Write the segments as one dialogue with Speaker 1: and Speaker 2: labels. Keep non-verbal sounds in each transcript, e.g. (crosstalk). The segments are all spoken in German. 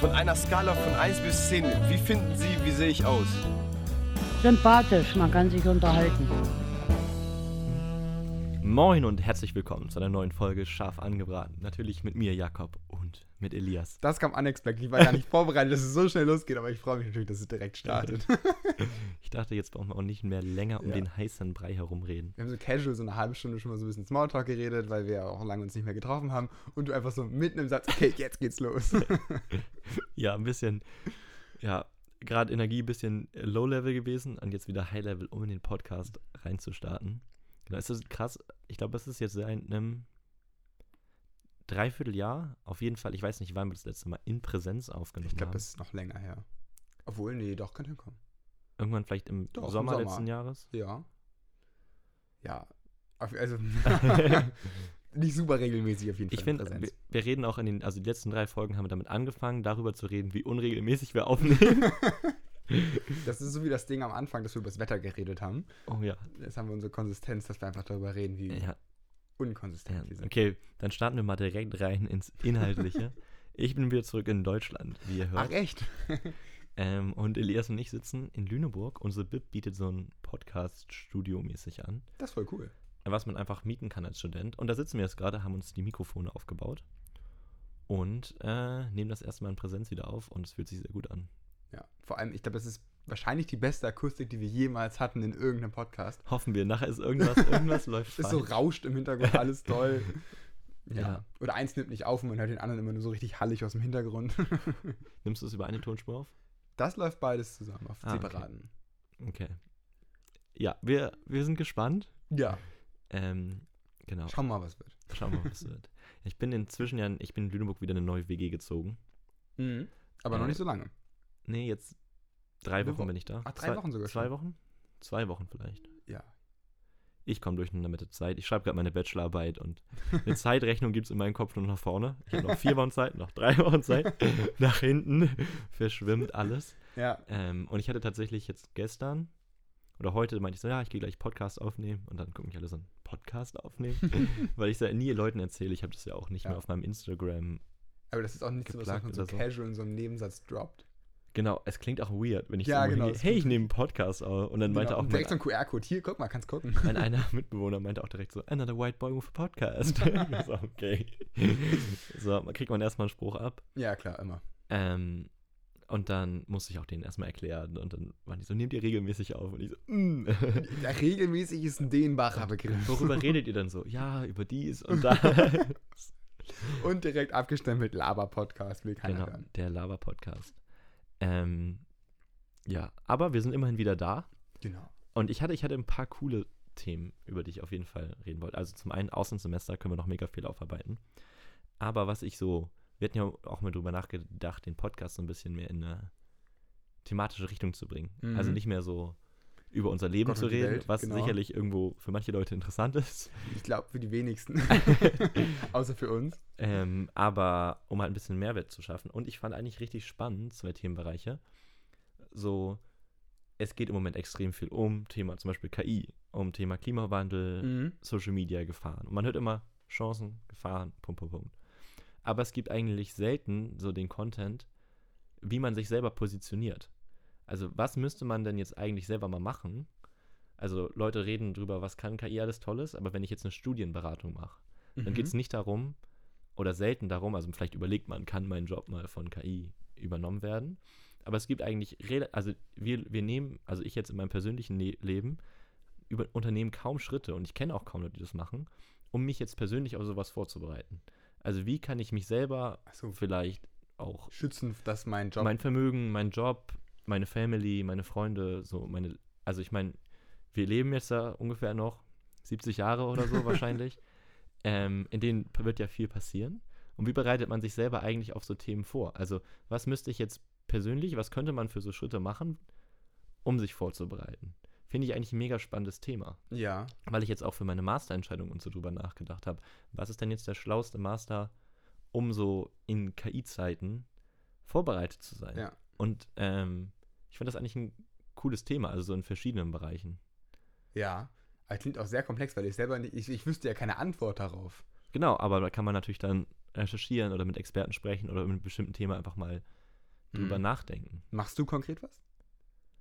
Speaker 1: Von einer Skala von 1 bis 10, wie finden Sie, wie sehe ich aus?
Speaker 2: Sympathisch, man kann sich unterhalten.
Speaker 3: Moin und herzlich willkommen zu einer neuen Folge Scharf angebraten. Natürlich mit mir, Jakob, und mit Elias.
Speaker 4: Das kam unexpected. Ich war gar nicht vorbereitet, dass es so schnell losgeht, aber ich freue mich natürlich, dass es direkt startet. wir
Speaker 3: Ich dachte, jetzt brauchen wir auch nicht mehr länger um
Speaker 4: Ja.
Speaker 3: den heißen Brei herumreden.
Speaker 4: haben so casual so eine halbe Stunde schon mal so ein bisschen Smalltalk geredet, weil wir ja auch lange uns nicht mehr getroffen haben. Und du einfach so mitten im Satz, okay, jetzt
Speaker 3: (laughs)
Speaker 4: geht's los.
Speaker 3: Ja, ein bisschen, ja, gerade Energie ein bisschen äh, Low-Level gewesen und jetzt wieder High-Level, um in den Podcast reinzustarten. Genau, es ist krass. Ich glaube, das ist jetzt seit einem Dreivierteljahr. Auf jeden Fall, ich weiß nicht, wann wir das letzte Mal in Präsenz aufgenommen
Speaker 4: ich glaube,
Speaker 3: haben.
Speaker 4: das ist noch länger her. Obwohl, nee, doch, kann hinkommen.
Speaker 3: Irgendwann vielleicht im,
Speaker 4: Doch, im
Speaker 3: Sommer,
Speaker 4: Sommer.
Speaker 3: letzten Jahres.
Speaker 4: Ja. Ja.
Speaker 3: (laughs)
Speaker 4: Auf, also, (laughs) nicht super regelmäßig auf jeden Fall.
Speaker 3: Ich
Speaker 4: in
Speaker 3: finde, wir,
Speaker 4: Präsenz.
Speaker 3: wir reden auch in den, also die letzten drei Folgen haben wir damit angefangen, darüber zu reden, wie unregelmäßig wir
Speaker 4: (laughs)
Speaker 3: aufnehmen.
Speaker 4: das ist so wie das Ding am Anfang, dass wir über das Wetter geredet haben.
Speaker 3: oh ja.
Speaker 4: Jetzt haben wir unsere Konsistenz, dass wir einfach darüber reden, wie
Speaker 3: ja, ja.
Speaker 4: unkonsistent wir sind.
Speaker 3: Okay, dann starten wir mal direkt rein ins
Speaker 4: (laughs)
Speaker 3: Inhaltliche. ich bin wieder zurück in Deutschland, wie ihr
Speaker 4: Ach,
Speaker 3: hört.
Speaker 4: echt?
Speaker 3: Ähm, und Elias und ich sitzen in Lüneburg. Unsere BIP bietet so ein Podcast-Studio mäßig an,
Speaker 4: Das ist voll cool.
Speaker 3: was man einfach mieten kann als Student. Und da sitzen wir jetzt gerade, haben uns die Mikrofone aufgebaut und äh, nehmen das erstmal in Präsenz wieder auf und es fühlt sich sehr gut an.
Speaker 4: Ja, vor allem, ich glaube, das ist wahrscheinlich die beste Akustik, die wir jemals hatten in irgendeinem Podcast.
Speaker 3: Hoffen wir, nachher ist
Speaker 4: (laughs)
Speaker 3: irgendwas, irgendwas läuft
Speaker 4: Ist so
Speaker 3: falsch.
Speaker 4: rauscht im Hintergrund, alles toll.
Speaker 3: (laughs)
Speaker 4: Ja.
Speaker 3: Ja.
Speaker 4: Oder eins nimmt nicht auf und man hört den anderen immer nur so richtig hallig aus dem Hintergrund. (laughs)
Speaker 3: Nimmst du es über eine Tonspur auf?
Speaker 4: Das läuft beides zusammen auf
Speaker 3: Ah, okay.
Speaker 4: separaten.
Speaker 3: Okay. Ja, wir, wir sind gespannt.
Speaker 4: Ja,
Speaker 3: Ähm, genau.
Speaker 4: schauen wir mal, was wird.
Speaker 3: Schauen wir mal,
Speaker 4: (laughs)
Speaker 3: was wird. Ich bin inzwischen ja, in- ich bin in Lüneburg wieder in eine neue WG gezogen.
Speaker 4: Mhm. Aber noch
Speaker 3: Äh,
Speaker 4: nicht so lange.
Speaker 3: Nee, jetzt drei
Speaker 4: Eine
Speaker 3: Wochen
Speaker 4: Wo-
Speaker 3: bin ich da.
Speaker 4: Ah, drei
Speaker 3: zwei,
Speaker 4: Wochen sogar
Speaker 3: Zwei
Speaker 4: schon.
Speaker 3: Wochen? Zwei Wochen vielleicht.
Speaker 4: Ja.
Speaker 3: Ich komme durcheinander mit der Zeit. Ich schreibe gerade meine Bachelorarbeit und
Speaker 4: (laughs)
Speaker 3: eine Zeitrechnung gibt es in meinem Kopf nur nach vorne. Ich habe noch vier Wochen Zeit, noch drei Wochen
Speaker 4: (laughs)
Speaker 3: Zeit. Nach hinten verschwimmt alles.
Speaker 4: Ja.
Speaker 3: Ähm, und ich hatte tatsächlich jetzt gestern oder heute meinte ich so, ja, ich gehe gleich Podcast aufnehmen und dann gucken mich alle so einen Podcast aufnehmen,
Speaker 4: (laughs)
Speaker 3: weil ich es ja nie Leuten erzähle. Ich habe das ja auch nicht
Speaker 4: Ja.
Speaker 3: mehr auf meinem Instagram.
Speaker 4: Aber das ist auch nicht so, was
Speaker 3: Geplagt
Speaker 4: man so
Speaker 3: oder so.
Speaker 4: casual in so einem Nebensatz droppt.
Speaker 3: Genau, es klingt auch weird, wenn ich
Speaker 4: Ja,
Speaker 3: so
Speaker 4: genau,
Speaker 3: hingehe,
Speaker 4: das
Speaker 3: hey, ich
Speaker 4: klingt-
Speaker 3: nehme einen Podcast auf. Und dann meinte
Speaker 4: Genau.
Speaker 3: auch
Speaker 4: Und direkt so
Speaker 3: mein,
Speaker 4: ein QR-Code. Hier, guck mal, kannst gucken.
Speaker 3: (laughs)
Speaker 4: (laughs)
Speaker 3: mein einer Mitbewohner meinte auch direkt so, another white boy with a
Speaker 4: (laughs)
Speaker 3: podcast. (laughs) Ich so, okay. so, man- kriegt man erstmal einen Spruch ab.
Speaker 4: Ja, klar, immer.
Speaker 3: Ähm, und dann musste ich auch denen erstmal erklären. Und dann waren die so, nehmt ihr regelmäßig auf? Und ich so, mm. (laughs)
Speaker 4: Ja, regelmäßig ist ein dehnbarer Begriff.
Speaker 3: Worüber redet ihr denn so? Ja, über dies und
Speaker 4: (laughs)
Speaker 3: da. Genau,
Speaker 4: Und direkt abgestempelt Laber-Podcast, will keiner
Speaker 3: genau,
Speaker 4: hören.
Speaker 3: der Lava-Podcast. Ähm, ja, aber wir sind immerhin wieder da.
Speaker 4: Genau.
Speaker 3: Und ich hatte, ich hatte ein paar coole Themen, über die ich auf jeden Fall reden wollte. Also zum einen, Auslandssemester können wir noch mega viel aufarbeiten. Aber was ich so, wir hatten ja auch mal drüber nachgedacht, den Podcast so ein bisschen mehr in eine thematische Richtung zu bringen.
Speaker 4: Mhm.
Speaker 3: Also nicht mehr so über unser Leben
Speaker 4: Gott
Speaker 3: zu
Speaker 4: und die
Speaker 3: reden,
Speaker 4: Welt,
Speaker 3: was
Speaker 4: genau.
Speaker 3: sicherlich irgendwo für manche Leute interessant ist.
Speaker 4: Ich glaube, für die wenigsten. Außer für uns.
Speaker 3: Ähm, aber um halt ein bisschen Mehrwert zu schaffen. Und ich fand eigentlich richtig spannend, zwei Themenbereiche. So, es geht im Moment extrem viel um Thema zum Beispiel KI, um Thema Klimawandel,
Speaker 4: Mhm.
Speaker 3: Social Media Gefahren. Und man hört immer Chancen, Gefahren, Punkt, Punkt, Punkt. Aber es gibt eigentlich selten so den Content, wie man sich selber positioniert. Also, was müsste man denn jetzt eigentlich selber mal machen? Also, Leute reden drüber, was kann KI alles Tolles, aber wenn ich jetzt eine Studienberatung mache,
Speaker 4: Mhm.
Speaker 3: dann geht es nicht darum, oder selten darum, also vielleicht überlegt man, kann mein Job mal von KI übernommen werden. Aber es gibt eigentlich, rela- also wir, wir nehmen, also ich jetzt in meinem persönlichen Ne- Leben, über, unternehmen kaum Schritte und ich kenne auch kaum Leute, die das machen, um mich jetzt persönlich auf sowas vorzubereiten. Also wie kann ich mich selber
Speaker 4: Achso,
Speaker 3: vielleicht auch
Speaker 4: schützen, dass mein Job.
Speaker 3: mein Vermögen, mein Job, meine Family, meine Freunde, so meine, also ich meine, wir leben jetzt da ungefähr noch 70 Jahre oder
Speaker 4: (laughs)
Speaker 3: so wahrscheinlich, ähm, in denen wird ja viel passieren. Und wie bereitet man sich selber eigentlich auf so Themen vor? Also was müsste ich jetzt persönlich, was könnte man für so Schritte machen, um sich vorzubereiten? Finde ich eigentlich ein mega spannendes Thema
Speaker 4: ja.
Speaker 3: weil ich jetzt auch für meine Masterentscheidung und so drüber nachgedacht habe, was ist denn jetzt der schlauste Master, um so in KI-Zeiten vorbereitet zu sein?
Speaker 4: Ja.
Speaker 3: Und ähm, ich finde das eigentlich ein cooles Thema, also so in verschiedenen Bereichen.
Speaker 4: Ja. Aber klingt auch sehr komplex, weil ich selber nicht. Ich, ich wüsste ja keine Antwort darauf.
Speaker 3: Genau, aber da kann man natürlich dann recherchieren oder mit Experten sprechen oder mit einem bestimmten Thema einfach mal
Speaker 4: Mhm.
Speaker 3: drüber nachdenken.
Speaker 4: Machst du konkret was?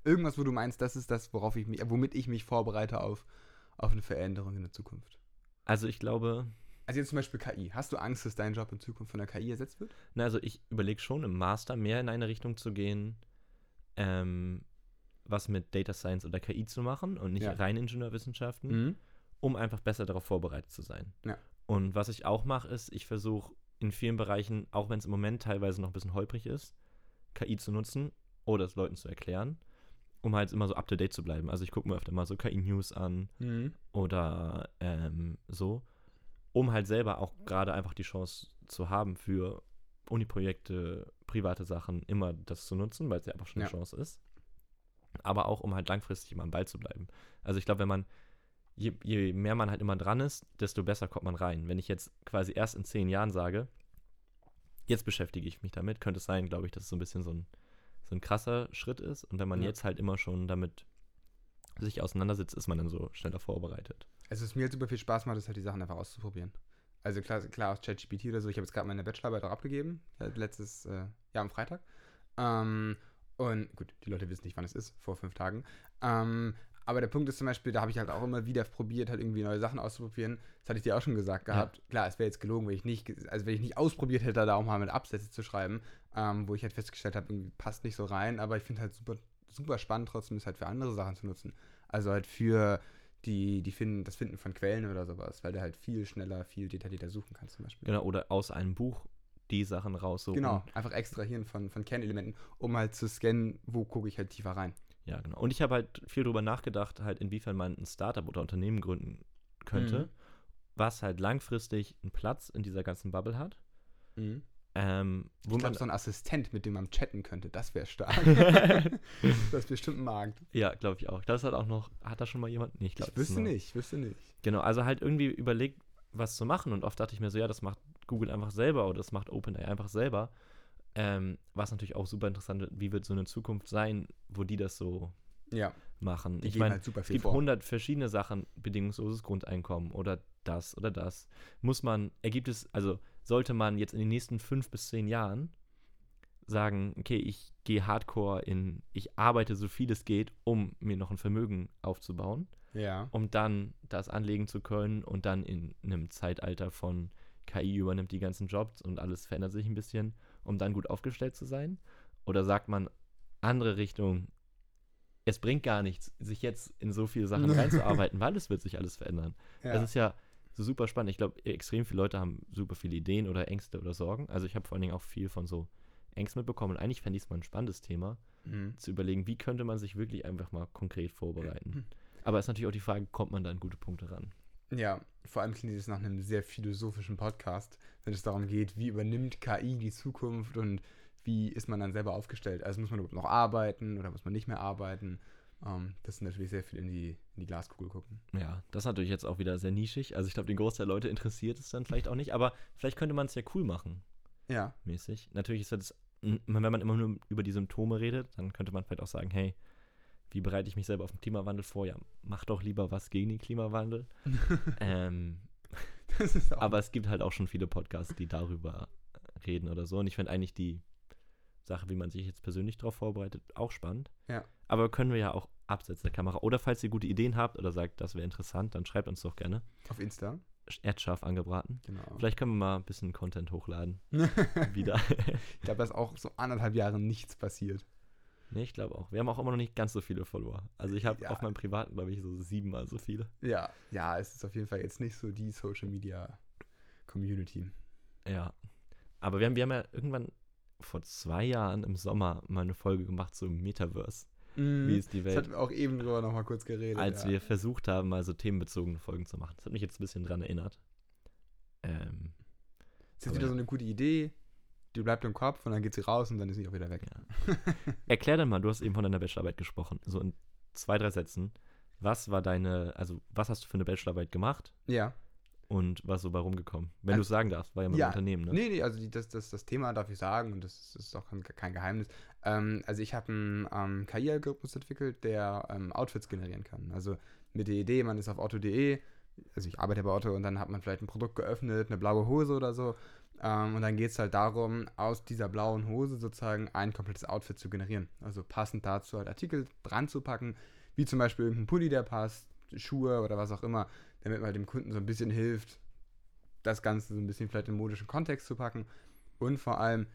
Speaker 4: Irgendwas, wo du meinst, das ist das, worauf ich mich, womit ich mich vorbereite auf, auf eine Veränderung in der Zukunft.
Speaker 3: Also ich glaube,
Speaker 4: Also jetzt zum Beispiel KI. Hast du Angst, dass dein Job in Zukunft von der KI ersetzt wird?
Speaker 3: na, also ich überlege schon im Master mehr in eine Richtung zu gehen, ähm, was mit Data Science oder KI zu machen und nicht
Speaker 4: Ja. Mhm.
Speaker 3: rein Ingenieurwissenschaften. um einfach besser darauf vorbereitet zu sein.
Speaker 4: Ja.
Speaker 3: Und was ich auch mache, ist, ich versuche in vielen Bereichen, auch wenn es im Moment teilweise noch ein bisschen holprig ist, KI zu nutzen oder es Leuten zu erklären, um halt immer so up to date zu bleiben. Also ich gucke mir öfter mal so KI-News an
Speaker 4: Mhm.
Speaker 3: oder ähm, so, um halt selber auch gerade einfach die Chance zu haben für Uni-Projekte, private Sachen, immer das zu nutzen, weil es ja einfach schon eine
Speaker 4: Ja.
Speaker 3: Chance ist. Aber auch, um halt langfristig immer am Ball zu bleiben. Also ich glaube, wenn man, je, je mehr man halt immer dran ist, desto besser kommt man rein. Wenn ich jetzt quasi erst in zehn Jahren sage, jetzt beschäftige ich mich damit, könnte es sein, glaube ich, dass es so ein bisschen so ein, so ein krasser Schritt ist. Und wenn man
Speaker 4: Ja.
Speaker 3: jetzt halt immer schon damit sich auseinandersetzt, ist man dann so schneller vorbereitet.
Speaker 4: Also es mir jetzt super viel Spaß gemacht, ist halt die Sachen einfach auszuprobieren. Also klar, klar aus ChatGPT oder so. Ich habe jetzt gerade meine Bachelorarbeit auch abgegeben. äh, Letztes äh, Jahr am Freitag. Ähm, und gut, die Leute wissen nicht, wann es ist, vor fünf Tagen. Ähm, aber der Punkt ist zum Beispiel, da habe ich halt auch immer wieder probiert, halt irgendwie neue Sachen auszuprobieren. Das hatte ich dir auch schon gesagt gehabt. Klar, es wäre jetzt gelogen, wenn ich nicht, ge- also wenn ich nicht ausprobiert hätte, da auch mal mit Absätze zu schreiben, ähm, wo ich halt festgestellt habe, irgendwie passt nicht so rein. Aber ich finde halt super, super spannend, trotzdem es halt für andere Sachen zu nutzen. Also halt für die, die finden, das Finden von Quellen oder sowas, weil du halt viel schneller, viel detaillierter suchen kannst zum Beispiel.
Speaker 3: Genau, oder aus einem Buch die Sachen raussuchen.
Speaker 4: Genau, einfach extrahieren von, von Kernelementen, um halt zu scannen, wo gucke ich halt tiefer rein.
Speaker 3: Ja, genau. Und ich habe halt viel drüber nachgedacht, halt inwiefern man ein Startup oder Unternehmen gründen könnte,
Speaker 4: Mhm.
Speaker 3: was halt langfristig einen Platz in dieser ganzen Bubble hat.
Speaker 4: Mhm.
Speaker 3: Ähm, wo
Speaker 4: Ich
Speaker 3: man,
Speaker 4: glaube, so ein Assistent, mit dem man chatten könnte, das wäre stark.
Speaker 3: (laughs)
Speaker 4: das ist bestimmt ein Markt.
Speaker 3: ja, glaube ich auch. Das hat auch noch, hat da schon mal jemand? Nee, ich glaube
Speaker 4: Ich wüsste nicht, wüsste nicht.
Speaker 3: Genau, also halt irgendwie überlegt, was zu machen. Und oft dachte ich mir so, ja, das macht Google einfach selber oder das macht OpenAI einfach selber. Ähm, was natürlich auch super interessant ist, wie wird so eine Zukunft sein, wo die das so
Speaker 4: Ja,
Speaker 3: machen.
Speaker 4: die
Speaker 3: ich
Speaker 4: geben
Speaker 3: meine,
Speaker 4: halt super
Speaker 3: Es
Speaker 4: viel
Speaker 3: gibt
Speaker 4: vor.
Speaker 3: 100 verschiedene Sachen, bedingungsloses Grundeinkommen oder das oder das. Muss man, ergibt es, also sollte man jetzt in den nächsten fünf bis zehn Jahren sagen, okay, ich gehe hardcore in, ich arbeite so viel es geht, um mir noch ein Vermögen aufzubauen,
Speaker 4: Ja.
Speaker 3: um dann das anlegen zu können und dann in einem Zeitalter von KI übernimmt die ganzen Jobs und alles verändert sich ein bisschen, um dann gut aufgestellt zu sein? Oder sagt man andere Richtung, es bringt gar nichts, sich jetzt in so viele Sachen reinzuarbeiten, weil es wird sich alles verändern.
Speaker 4: ja.
Speaker 3: Das ist ja so super spannend. Ich glaube, extrem viele Leute haben super viele Ideen oder Ängste oder Sorgen. Also ich habe vor allen Dingen auch viel von so Ängsten mitbekommen. Und eigentlich fände ich es mal ein spannendes Thema,
Speaker 4: mhm.
Speaker 3: zu überlegen, wie könnte man sich wirklich einfach mal konkret vorbereiten. Aber es ist natürlich auch die Frage, kommt man da an gute Punkte ran?
Speaker 4: ja, vor allem klingt es nach einem sehr philosophischen Podcast, wenn es darum geht, wie übernimmt KI die Zukunft und wie ist man dann selber aufgestellt. Also muss man überhaupt noch arbeiten oder muss man nicht mehr arbeiten. Ähm, das ist natürlich sehr viel in die, in die Glaskugel gucken.
Speaker 3: Ja, das ist natürlich jetzt auch wieder sehr nischig. Also ich glaube, den Großteil der Leute interessiert es dann vielleicht auch nicht, aber vielleicht könnte man es ja cool machen,
Speaker 4: Ja, (laughs)
Speaker 3: mäßig. Natürlich ist das, wenn man immer nur über die Symptome redet, dann könnte man vielleicht auch sagen, hey, wie bereite ich mich selber auf den Klimawandel vor? Ja, mach doch lieber was gegen den (laughs) Klimawandel. ähm,
Speaker 4: das ist auch.
Speaker 3: aber es gibt halt auch schon viele Podcasts, die darüber reden oder so. Und ich finde eigentlich die Sache, wie man sich jetzt persönlich darauf vorbereitet, auch spannend.
Speaker 4: Ja.
Speaker 3: Aber können wir ja auch abseits der Kamera. Oder falls ihr gute Ideen habt oder sagt, das wäre interessant, dann schreibt uns doch gerne.
Speaker 4: auf Insta.
Speaker 3: Erdscharf angebraten.
Speaker 4: Genau.
Speaker 3: Vielleicht können wir mal ein bisschen Content hochladen.
Speaker 4: (laughs)
Speaker 3: Wieder.
Speaker 4: Ich glaube, da ist auch so anderthalb Jahre nichts passiert.
Speaker 3: nee, ich glaube auch. Wir haben auch immer noch nicht ganz so viele Follower. Also ich habe
Speaker 4: Ja.
Speaker 3: auf meinem privaten, glaube ich, so siebenmal so viele.
Speaker 4: Ja. Ja, es ist auf jeden Fall jetzt nicht so die Social Media Community.
Speaker 3: Ja. Aber wir haben, wir haben ja irgendwann vor zwei Jahren im Sommer mal eine Folge gemacht zum Metaverse. Wie ist die
Speaker 4: Mhm. das
Speaker 3: Welt?
Speaker 4: hatten wir auch eben drüber nochmal kurz geredet.
Speaker 3: als
Speaker 4: ja.
Speaker 3: wir versucht haben, mal so themenbezogene Folgen zu machen. Das hat mich jetzt ein bisschen dran erinnert. Ähm,
Speaker 4: Ist jetzt wieder so eine gute Idee, die bleibt im Kopf und dann geht sie raus und dann ist sie auch wieder weg.
Speaker 3: erklär dann mal, du hast eben von deiner Bachelorarbeit gesprochen. So in zwei, drei Sätzen. Was war deine, also was hast du für eine Bachelorarbeit gemacht
Speaker 4: Ja.
Speaker 3: und was so bei rumgekommen? Wenn du es sagen darfst, war ja mein
Speaker 4: Ja.
Speaker 3: Unternehmen, ne?
Speaker 4: Nee, nee, also die, das, das, das Thema darf ich sagen und das ist, ist auch kein, kein Geheimnis. Ähm, also ich habe einen ähm, KI-Algorithmus entwickelt, der ähm, Outfits generieren kann. Also mit der Idee, man ist auf auto.de, also ich arbeite bei Otto und dann hat man vielleicht ein Produkt geöffnet, eine blaue Hose oder so. Ähm, und dann geht es halt darum, aus dieser blauen Hose sozusagen ein komplettes Outfit zu generieren. Also passend dazu halt Artikel dran zu packen, wie zum Beispiel irgendein Pulli, der passt, Schuhe oder was auch immer, damit man halt dem Kunden so ein bisschen hilft, das Ganze so ein bisschen vielleicht in modischen Kontext zu packen. Und vor allem,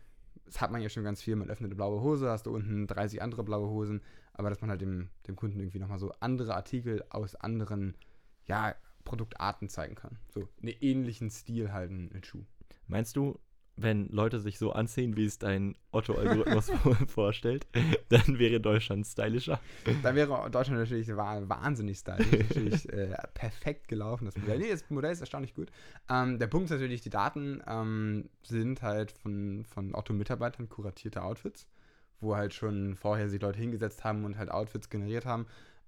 Speaker 4: das hat man ja schon ganz viel, man öffnet eine blaue Hose, hast du unten 30 andere blaue Hosen, aber dass man halt dem, dem Kunden irgendwie nochmal so andere Artikel aus anderen, ja, Produktarten zeigen kann. So einen ähnlichen Stil halt in, in Schuh.
Speaker 3: Meinst du, wenn Leute sich so anziehen, wie es dein Otto-Algorithmus (laughs) vor- vorstellt, dann wäre Deutschland stylischer?
Speaker 4: Da wäre Deutschland natürlich wa- wahnsinnig stylisch. natürlich äh, perfekt gelaufen, das Modell. Nee, das Modell ist erstaunlich gut. Ähm, der Punkt ist natürlich, die Daten ähm, sind halt von, von Otto-Mitarbeitern kuratierte Outfits, wo halt schon vorher sich Leute hingesetzt haben und halt Outfits generiert haben.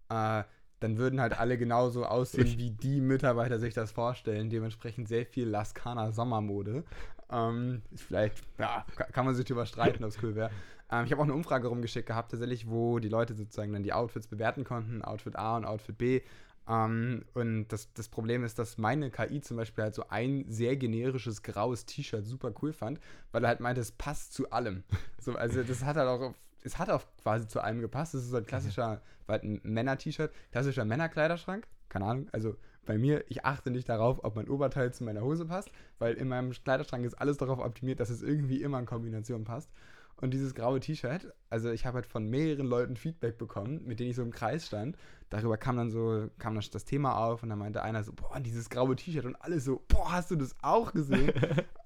Speaker 4: Äh, dann würden halt alle genauso aussehen, wie die Mitarbeiter sich das vorstellen. Dementsprechend sehr viel Laskana Sommermode. Ähm, ist vielleicht, ja, ka- kann man sich drüber streiten, ob es cool wäre. Ähm, ich habe auch eine Umfrage rumgeschickt gehabt, tatsächlich, wo die Leute sozusagen dann die Outfits bewerten konnten, Outfit A und Outfit B. Ähm, und das, das Problem ist, dass meine KI zum Beispiel halt so ein sehr generisches graues T-Shirt super cool fand, weil er halt meinte, es passt zu allem. So, also das hat halt auch, auf- es hat auch quasi zu allem gepasst. Das ist so ein klassischer, war halt ein Männer-T-Shirt, klassischer Männerkleiderschrank. Keine Ahnung, also bei mir, ich achte nicht darauf, ob mein Oberteil zu meiner Hose passt, weil in meinem Kleiderschrank ist alles darauf optimiert, dass es irgendwie immer in Kombination passt. Und dieses graue T-Shirt, also ich habe halt von mehreren Leuten Feedback bekommen, mit denen ich so im Kreis stand. Darüber kam dann so, kam dann das Thema auf und dann meinte einer so, boah, dieses graue T-Shirt und alle so, boah, hast du das auch gesehen?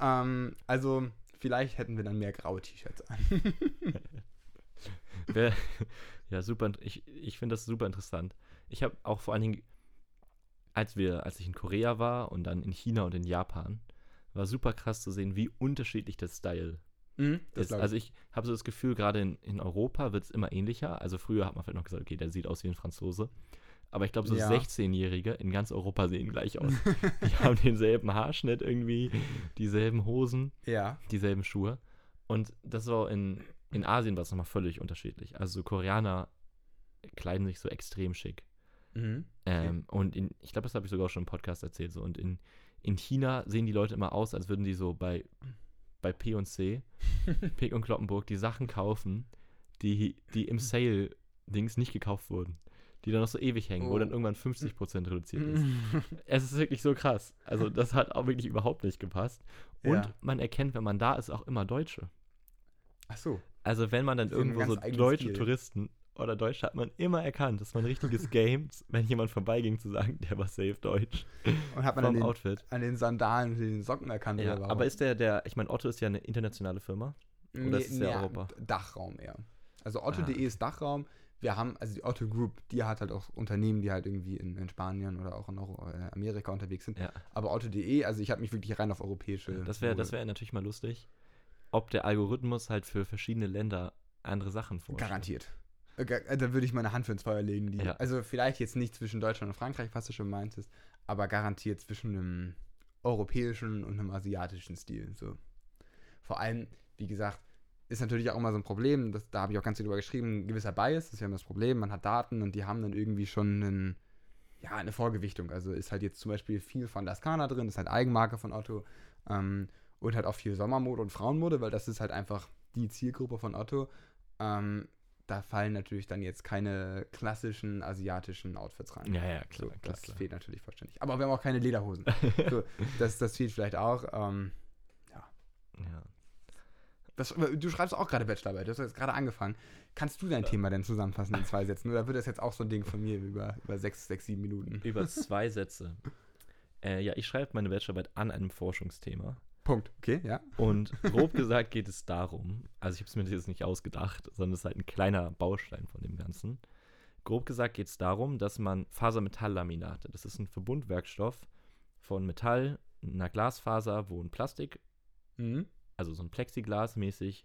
Speaker 4: ähm, also vielleicht hätten wir dann mehr graue T-Shirts an.
Speaker 3: Wer, (laughs) ja, super. int- Ich, ich finde das super interessant. Ich habe auch vor allen Dingen, als, wir, als ich in Korea war und dann in China und in Japan, war super krass zu sehen, wie unterschiedlich der Style
Speaker 4: Mhm,
Speaker 3: ist.
Speaker 4: glaub ich.
Speaker 3: Also ich habe so das Gefühl, gerade in, in Europa wird es immer ähnlicher. Also früher hat man vielleicht noch gesagt, okay, der sieht aus wie ein Franzose. Aber ich glaube, so
Speaker 4: Ja.
Speaker 3: 16-Jährige in ganz Europa sehen gleich
Speaker 4: (laughs)
Speaker 3: aus. Die haben denselben Haarschnitt irgendwie, dieselben Hosen
Speaker 4: ja,
Speaker 3: dieselben Schuhe. Und das war in, in Asien war es nochmal völlig unterschiedlich. Also Koreaner kleiden sich so extrem schick.
Speaker 4: mhm.
Speaker 3: Ähm, Und in, ich glaube, das habe ich sogar schon im Podcast erzählt. So. Und in, in China sehen die Leute immer aus, als würden die so bei, bei P und
Speaker 4: (laughs)
Speaker 3: C, Pick und Kloppenburg, die Sachen kaufen, die, die im Sale-Dings nicht gekauft wurden. Die dann noch so ewig hängen, wo
Speaker 4: Oh. Mhm.
Speaker 3: dann irgendwann 50% reduziert ist. Es ist wirklich so krass. Also, das hat auch wirklich überhaupt nicht gepasst. Und
Speaker 4: Ja.
Speaker 3: man erkennt, wenn man da ist, auch immer Deutsche.
Speaker 4: Ach so,
Speaker 3: Also, wenn man dann
Speaker 4: Sie haben einen
Speaker 3: irgendwo so
Speaker 4: ganz eigenen
Speaker 3: deutsche
Speaker 4: Stil.
Speaker 3: Touristen oder Deutsche hat man immer erkannt, das war ein
Speaker 4: (laughs)
Speaker 3: richtiges Game, wenn jemand vorbeiging, zu sagen, der war safe deutsch.
Speaker 4: und hat man an
Speaker 3: Vom
Speaker 4: den,
Speaker 3: Outfit.
Speaker 4: an den Sandalen, und den Socken erkannt
Speaker 3: Ja,
Speaker 4: oder warum?
Speaker 3: aber ist der, der, ich meine, Otto ist ja eine internationale Firma.
Speaker 4: Nee,
Speaker 3: das ist ja
Speaker 4: nee,
Speaker 3: Europa?
Speaker 4: Dachraum eher. Also Otto.de
Speaker 3: Ah.
Speaker 4: ist Dachraum. Wir haben, also die Otto Group, die hat halt auch Unternehmen, die halt irgendwie in, in Spanien oder auch in Euro, äh, Amerika unterwegs sind.
Speaker 3: Ja.
Speaker 4: Aber Otto.de, also ich habe mich wirklich rein auf europäische.
Speaker 3: Das wäre das
Speaker 4: Mode-
Speaker 3: wär natürlich mal lustig, ob der Algorithmus halt für verschiedene Länder andere Sachen vorstellt.
Speaker 4: Garantiert. Äh, gar- äh, Da würde ich meine Hand für ins Feuer legen. Die,
Speaker 3: Ja.
Speaker 4: Also vielleicht jetzt nicht zwischen Deutschland und Frankreich, was du schon meintest, aber garantiert zwischen einem europäischen und einem asiatischen Stil. So. Vor allem, wie gesagt, ist natürlich auch immer so ein Problem, das, da habe ich auch ganz viel drüber geschrieben, ein gewisser Bias, das ist ja immer das Problem, man hat Daten und die haben dann irgendwie schon einen, ja, eine Vorgewichtung. Also ist halt jetzt zum Beispiel viel von Laskana drin, ist halt Eigenmarke von Otto ähm, und halt auch viel Sommermode und Frauenmode, weil das ist halt einfach die Zielgruppe von Otto. Ähm, da fallen natürlich dann jetzt keine klassischen asiatischen Outfits rein.
Speaker 3: Ja, ja, klar,
Speaker 4: so,
Speaker 3: klar,
Speaker 4: das
Speaker 3: klar.
Speaker 4: fehlt natürlich vollständig. Aber wir haben auch keine Lederhosen.
Speaker 3: (laughs)
Speaker 4: so, das, das fehlt vielleicht auch. Ähm,
Speaker 3: Ja.
Speaker 4: das, du schreibst auch gerade Bachelorarbeit, du hast jetzt gerade angefangen. Kannst du dein Thema denn zusammenfassen in zwei Sätzen? Oder wird das jetzt auch so ein Ding von mir über, über sechs, sechs, sieben Minuten?
Speaker 3: Über zwei Sätze. Äh, ja, ich schreibe meine Bachelorarbeit an einem Forschungsthema.
Speaker 4: Punkt. Okay, ja.
Speaker 3: Und grob gesagt geht es darum, also ich habe es mir jetzt nicht ausgedacht, sondern es ist halt ein kleiner Baustein von dem Ganzen. Grob gesagt geht es darum, dass man Fasermetalllaminate, das ist ein Verbundwerkstoff von Metall, einer Glasfaser, wo ein Plastik,
Speaker 4: Mhm.
Speaker 3: also so ein Plexiglas-mäßig,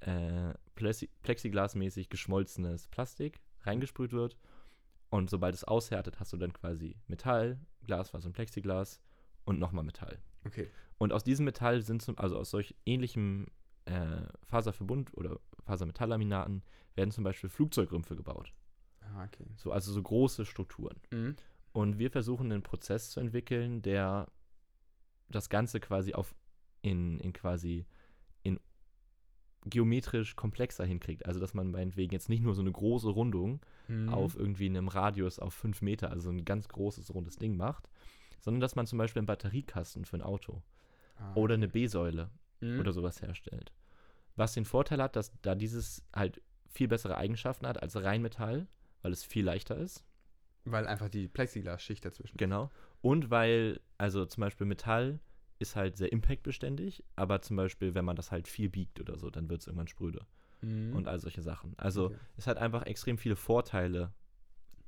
Speaker 3: äh, Plexi- Plexiglas-mäßig geschmolzenes Plastik reingesprüht wird. Und sobald es aushärtet, hast du dann quasi Metall, Glasfaser und Plexiglas und nochmal Metall.
Speaker 4: Okay.
Speaker 3: Und aus diesem Metall sind zum, also aus solch ähnlichem äh, Faserverbund oder Fasermetalllaminaten werden zum Beispiel Flugzeugrümpfe gebaut.
Speaker 4: Ah, okay.
Speaker 3: So, also so große Strukturen.
Speaker 4: Mhm.
Speaker 3: Und wir versuchen einen Prozess zu entwickeln, der das Ganze quasi auf in, in quasi in geometrisch komplexer hinkriegt. Also dass man meinetwegen jetzt nicht nur so eine große Rundung
Speaker 4: Mhm.
Speaker 3: auf irgendwie einem Radius auf 5 Meter, also ein ganz großes rundes Ding macht, sondern dass man zum Beispiel einen Batteriekasten für ein Auto
Speaker 4: Ah,
Speaker 3: oder
Speaker 4: okay.
Speaker 3: eine B-Säule
Speaker 4: Mhm.
Speaker 3: oder sowas herstellt. Was den Vorteil hat, dass da dieses halt viel bessere Eigenschaften hat als Reinmetall, weil es viel leichter ist.
Speaker 4: Weil einfach die Plexiglasschicht dazwischen. ist.
Speaker 3: Genau. Und weil, also zum Beispiel Metall ist halt sehr impactbeständig, aber zum Beispiel, wenn man das halt viel biegt oder so, dann wird es irgendwann spröde
Speaker 4: Mhm.
Speaker 3: und all solche Sachen. Also
Speaker 4: Okay.
Speaker 3: es hat einfach extrem viele Vorteile,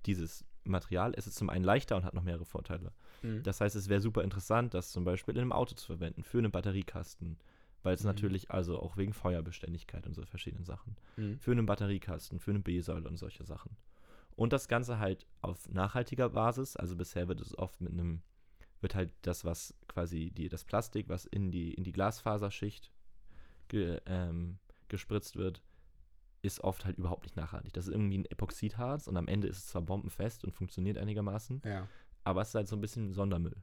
Speaker 3: dieses Material. Es ist zum einen leichter und hat noch mehrere Vorteile.
Speaker 4: Mhm.
Speaker 3: Das heißt, es wäre super interessant, das zum Beispiel in einem Auto zu verwenden, für einen Batteriekasten. Weil es
Speaker 4: Mhm.
Speaker 3: natürlich, also auch wegen Feuerbeständigkeit und so verschiedenen Sachen.
Speaker 4: Mhm.
Speaker 3: Für einen Batteriekasten, für eine B-Säule und solche Sachen. Und das Ganze halt auf nachhaltiger Basis. Also bisher wird es oft mit einem, wird halt das, was quasi die, das Plastik, was in die, in die Glasfaserschicht ge, ähm, gespritzt wird, ist oft halt überhaupt nicht nachhaltig. Das ist irgendwie ein Epoxidharz und am Ende ist es zwar bombenfest und funktioniert einigermaßen,
Speaker 4: Ja.
Speaker 3: aber es ist halt so ein bisschen Sondermüll.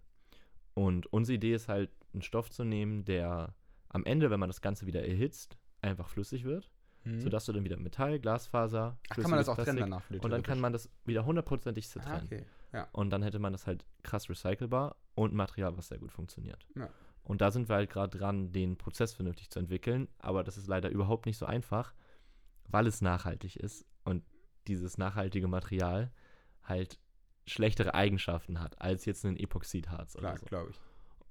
Speaker 3: Und unsere Idee ist halt, einen Stoff zu nehmen, der am Ende, wenn man das Ganze wieder erhitzt, einfach flüssig wird,
Speaker 4: Mhm.
Speaker 3: sodass du dann wieder Metall, Glasfaser,
Speaker 4: Ach, kann man das auch
Speaker 3: flüssiges
Speaker 4: trennen
Speaker 3: Plastik-
Speaker 4: danach?
Speaker 3: Und dann kann man das wieder hundertprozentig
Speaker 4: ah,
Speaker 3: zertrennen.
Speaker 4: okay. Ja.
Speaker 3: Und dann hätte man das halt krass recycelbar und Material, was sehr gut funktioniert.
Speaker 4: Ja.
Speaker 3: Und da sind wir halt gerade dran, den Prozess vernünftig zu entwickeln, aber das ist leider überhaupt nicht so einfach, weil es nachhaltig ist und dieses nachhaltige Material halt schlechtere Eigenschaften hat als jetzt ein Epoxidharz
Speaker 4: Klar,
Speaker 3: oder so.
Speaker 4: glaube ich.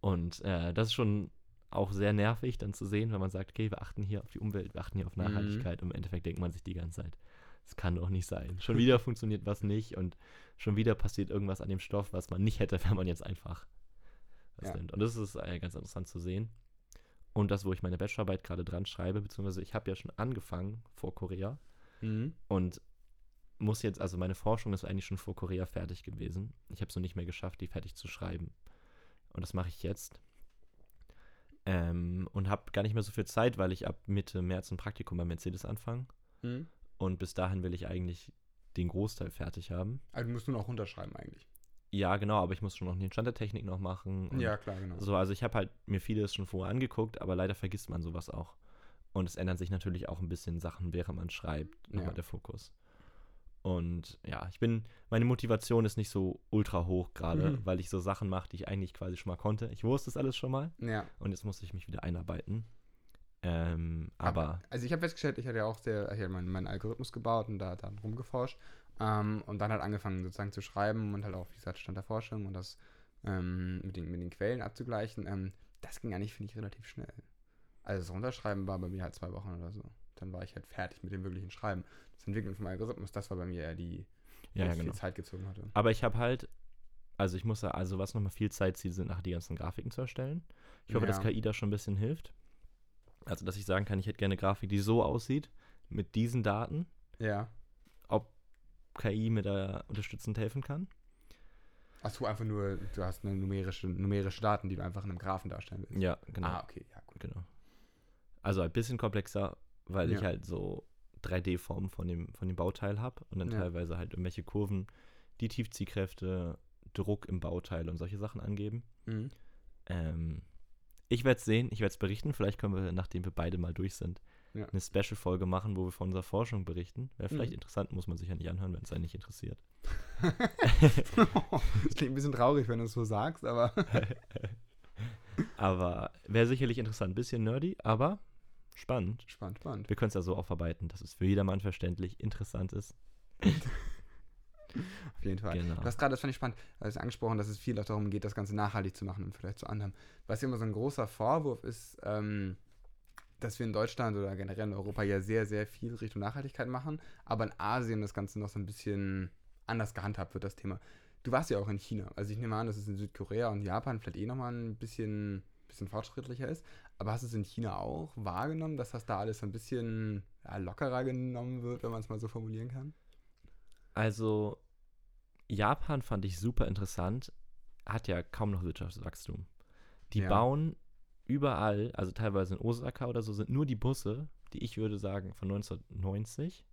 Speaker 3: Und äh, das ist schon auch sehr nervig dann zu sehen, wenn man sagt, okay, wir achten hier auf die Umwelt, wir achten hier auf Nachhaltigkeit. Und Im Endeffekt denkt man sich die ganze Zeit, das kann doch nicht sein. Schon wieder funktioniert was nicht und schon wieder passiert irgendwas an dem Stoff, was man nicht hätte, (laughs) wenn man jetzt einfach das
Speaker 4: Ja.
Speaker 3: nimmt. Und das ist äh, ganz interessant zu sehen. Und das, wo ich meine Bachelorarbeit gerade dran schreibe, beziehungsweise ich habe ja schon angefangen vor Korea
Speaker 4: Mhm.
Speaker 3: und muss jetzt, also meine Forschung ist eigentlich schon vor Korea fertig gewesen. Ich habe es noch nicht mehr geschafft, die fertig zu schreiben. Und das mache ich jetzt. Ähm, und habe gar nicht mehr so viel Zeit, weil ich ab Mitte März ein Praktikum bei Mercedes anfange.
Speaker 4: Mhm.
Speaker 3: Und bis dahin will ich eigentlich den Großteil fertig haben.
Speaker 4: Also du musst nur noch runterschreiben eigentlich.
Speaker 3: Ja, genau, aber ich muss schon noch den Stand der Technik noch machen. Und
Speaker 4: Ja, klar, genau.
Speaker 3: So, also ich habe halt mir vieles schon vorher angeguckt, aber leider vergisst man sowas auch. Und es ändern sich natürlich auch ein bisschen Sachen, während man schreibt, nochmal
Speaker 4: Ja.
Speaker 3: der Fokus. Und ja, ich bin, meine Motivation ist nicht so ultra hoch gerade,
Speaker 4: Mhm.
Speaker 3: weil ich so Sachen mache, die ich eigentlich quasi schon mal konnte. Ich wusste es alles schon mal
Speaker 4: Ja.
Speaker 3: und jetzt musste ich mich wieder einarbeiten. Ähm, aber
Speaker 4: Also ich habe festgestellt, ich hatte ja auch sehr, ich hatte meinen, meinen Algorithmus gebaut und da dann rumgeforscht ähm, und dann halt angefangen sozusagen zu schreiben und halt auch, wie gesagt, Stand der Forschung und das ähm, mit, den, mit den Quellen abzugleichen. Ähm, das ging eigentlich, finde ich, relativ schnell. Also das Runterschreiben war bei mir halt zwei Wochen oder so. Dann war ich halt fertig mit dem wirklichen Schreiben. Das Entwickeln vom Algorithmus, das war bei mir eher die, die
Speaker 3: ja, ja,
Speaker 4: echt
Speaker 3: genau.
Speaker 4: viel Zeit gezogen hatte.
Speaker 3: Aber ich habe halt, also ich muss ja, also was nochmal viel Zeit zieht, sind nachher die ganzen Grafiken zu erstellen. Ich hoffe, dass
Speaker 4: Ja.
Speaker 3: KI da schon ein bisschen hilft. Also, dass ich sagen kann, ich hätte gerne eine Grafik, die so aussieht, mit diesen Daten,
Speaker 4: Ja.
Speaker 3: ob KI mir da unterstützend helfen kann.
Speaker 4: Achso, einfach nur, du hast eine numerische, numerische Daten, die du einfach in einem Graphen darstellen willst.
Speaker 3: Ja, genau.
Speaker 4: Ah, okay, ja, gut.
Speaker 3: genau. Also ein bisschen komplexer, weil ich
Speaker 4: Ja.
Speaker 3: halt so 3D-Formen von dem, von dem Bauteil habe und dann
Speaker 4: Ja.
Speaker 3: teilweise halt irgendwelche Kurven, die Tiefziehkräfte, Druck im Bauteil und solche Sachen angeben.
Speaker 4: Mhm.
Speaker 3: Ähm, ich werde es sehen, ich werde es berichten. Vielleicht können wir, nachdem wir beide mal durch sind,
Speaker 4: Ja.
Speaker 3: eine Special-Folge machen, wo wir von unserer Forschung berichten. Wäre vielleicht
Speaker 4: Mhm.
Speaker 3: interessant, muss man sich ja nicht anhören, wenn es einen nicht
Speaker 4: (laughs)
Speaker 3: interessiert.
Speaker 4: das klingt ein bisschen traurig, wenn du es so sagst, aber (laughs)
Speaker 3: Aber wäre sicherlich interessant. Bisschen nerdy, aber spannend.
Speaker 4: spannend, spannend.
Speaker 3: Wir können es ja so aufarbeiten, dass es für jedermann verständlich interessant ist.
Speaker 4: Auf jeden Fall.
Speaker 3: Genau.
Speaker 4: Du hast gerade, das fand ich spannend, du hast angesprochen, dass es viel auch darum geht, das Ganze nachhaltig zu machen und vielleicht zu anderem. Was ja immer so ein großer Vorwurf ist, ähm, dass wir in Deutschland oder generell in Europa ja sehr, sehr viel Richtung Nachhaltigkeit machen, aber in Asien das Ganze noch so ein bisschen anders gehandhabt wird, das Thema. Du warst ja auch in China. Also ich nehme an, dass es in Südkorea und Japan vielleicht eh nochmal ein bisschen, bisschen fortschrittlicher ist. Aber hast du es in China auch wahrgenommen, dass das da alles so ein bisschen ja, lockerer genommen wird, wenn man es mal so formulieren kann?
Speaker 3: Also, Japan fand ich super interessant, hat ja kaum noch Wirtschaftswachstum. Die
Speaker 4: Ja.
Speaker 3: bauen überall, also teilweise in Osaka oder so, sind nur die Busse, die ich würde sagen von 1990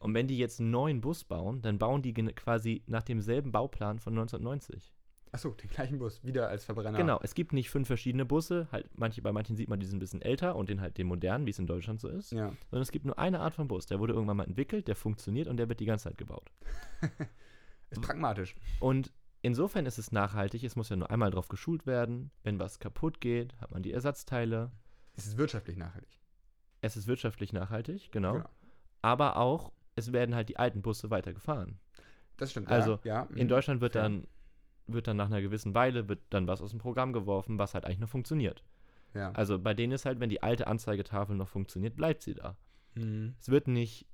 Speaker 3: Und wenn die jetzt einen neuen Bus bauen, dann bauen die gen- quasi nach demselben Bauplan von 1990.
Speaker 4: Achso, den gleichen Bus, wieder als Verbrenner.
Speaker 3: Genau, es gibt nicht fünf verschiedene Busse. Halt, manche, bei manchen sieht man, die sind ein bisschen älter und den halt den modernen, wie es in Deutschland so ist.
Speaker 4: Ja.
Speaker 3: Sondern es gibt nur eine Art von Bus. Der wurde irgendwann mal entwickelt, der funktioniert und der wird die ganze Zeit gebaut.
Speaker 4: Ist pragmatisch.
Speaker 3: Und insofern ist es nachhaltig, es muss ja nur einmal drauf geschult werden. Wenn was kaputt geht, hat man die Ersatzteile.
Speaker 4: Es ist wirtschaftlich nachhaltig.
Speaker 3: Es ist wirtschaftlich nachhaltig, genau.
Speaker 4: Genau.
Speaker 3: Aber auch, es werden halt die alten Busse weitergefahren.
Speaker 4: Das stimmt.
Speaker 3: Also,
Speaker 4: ja, ja,
Speaker 3: In
Speaker 4: mhm.
Speaker 3: Deutschland wird
Speaker 4: fair.
Speaker 3: dann, wird dann nach einer gewissen Weile wird dann was aus dem Programm geworfen, was halt eigentlich noch funktioniert.
Speaker 4: Ja.
Speaker 3: Also bei denen ist halt, wenn die alte Anzeigetafel noch funktioniert, bleibt sie da.
Speaker 4: Mhm.
Speaker 3: Es wird nicht,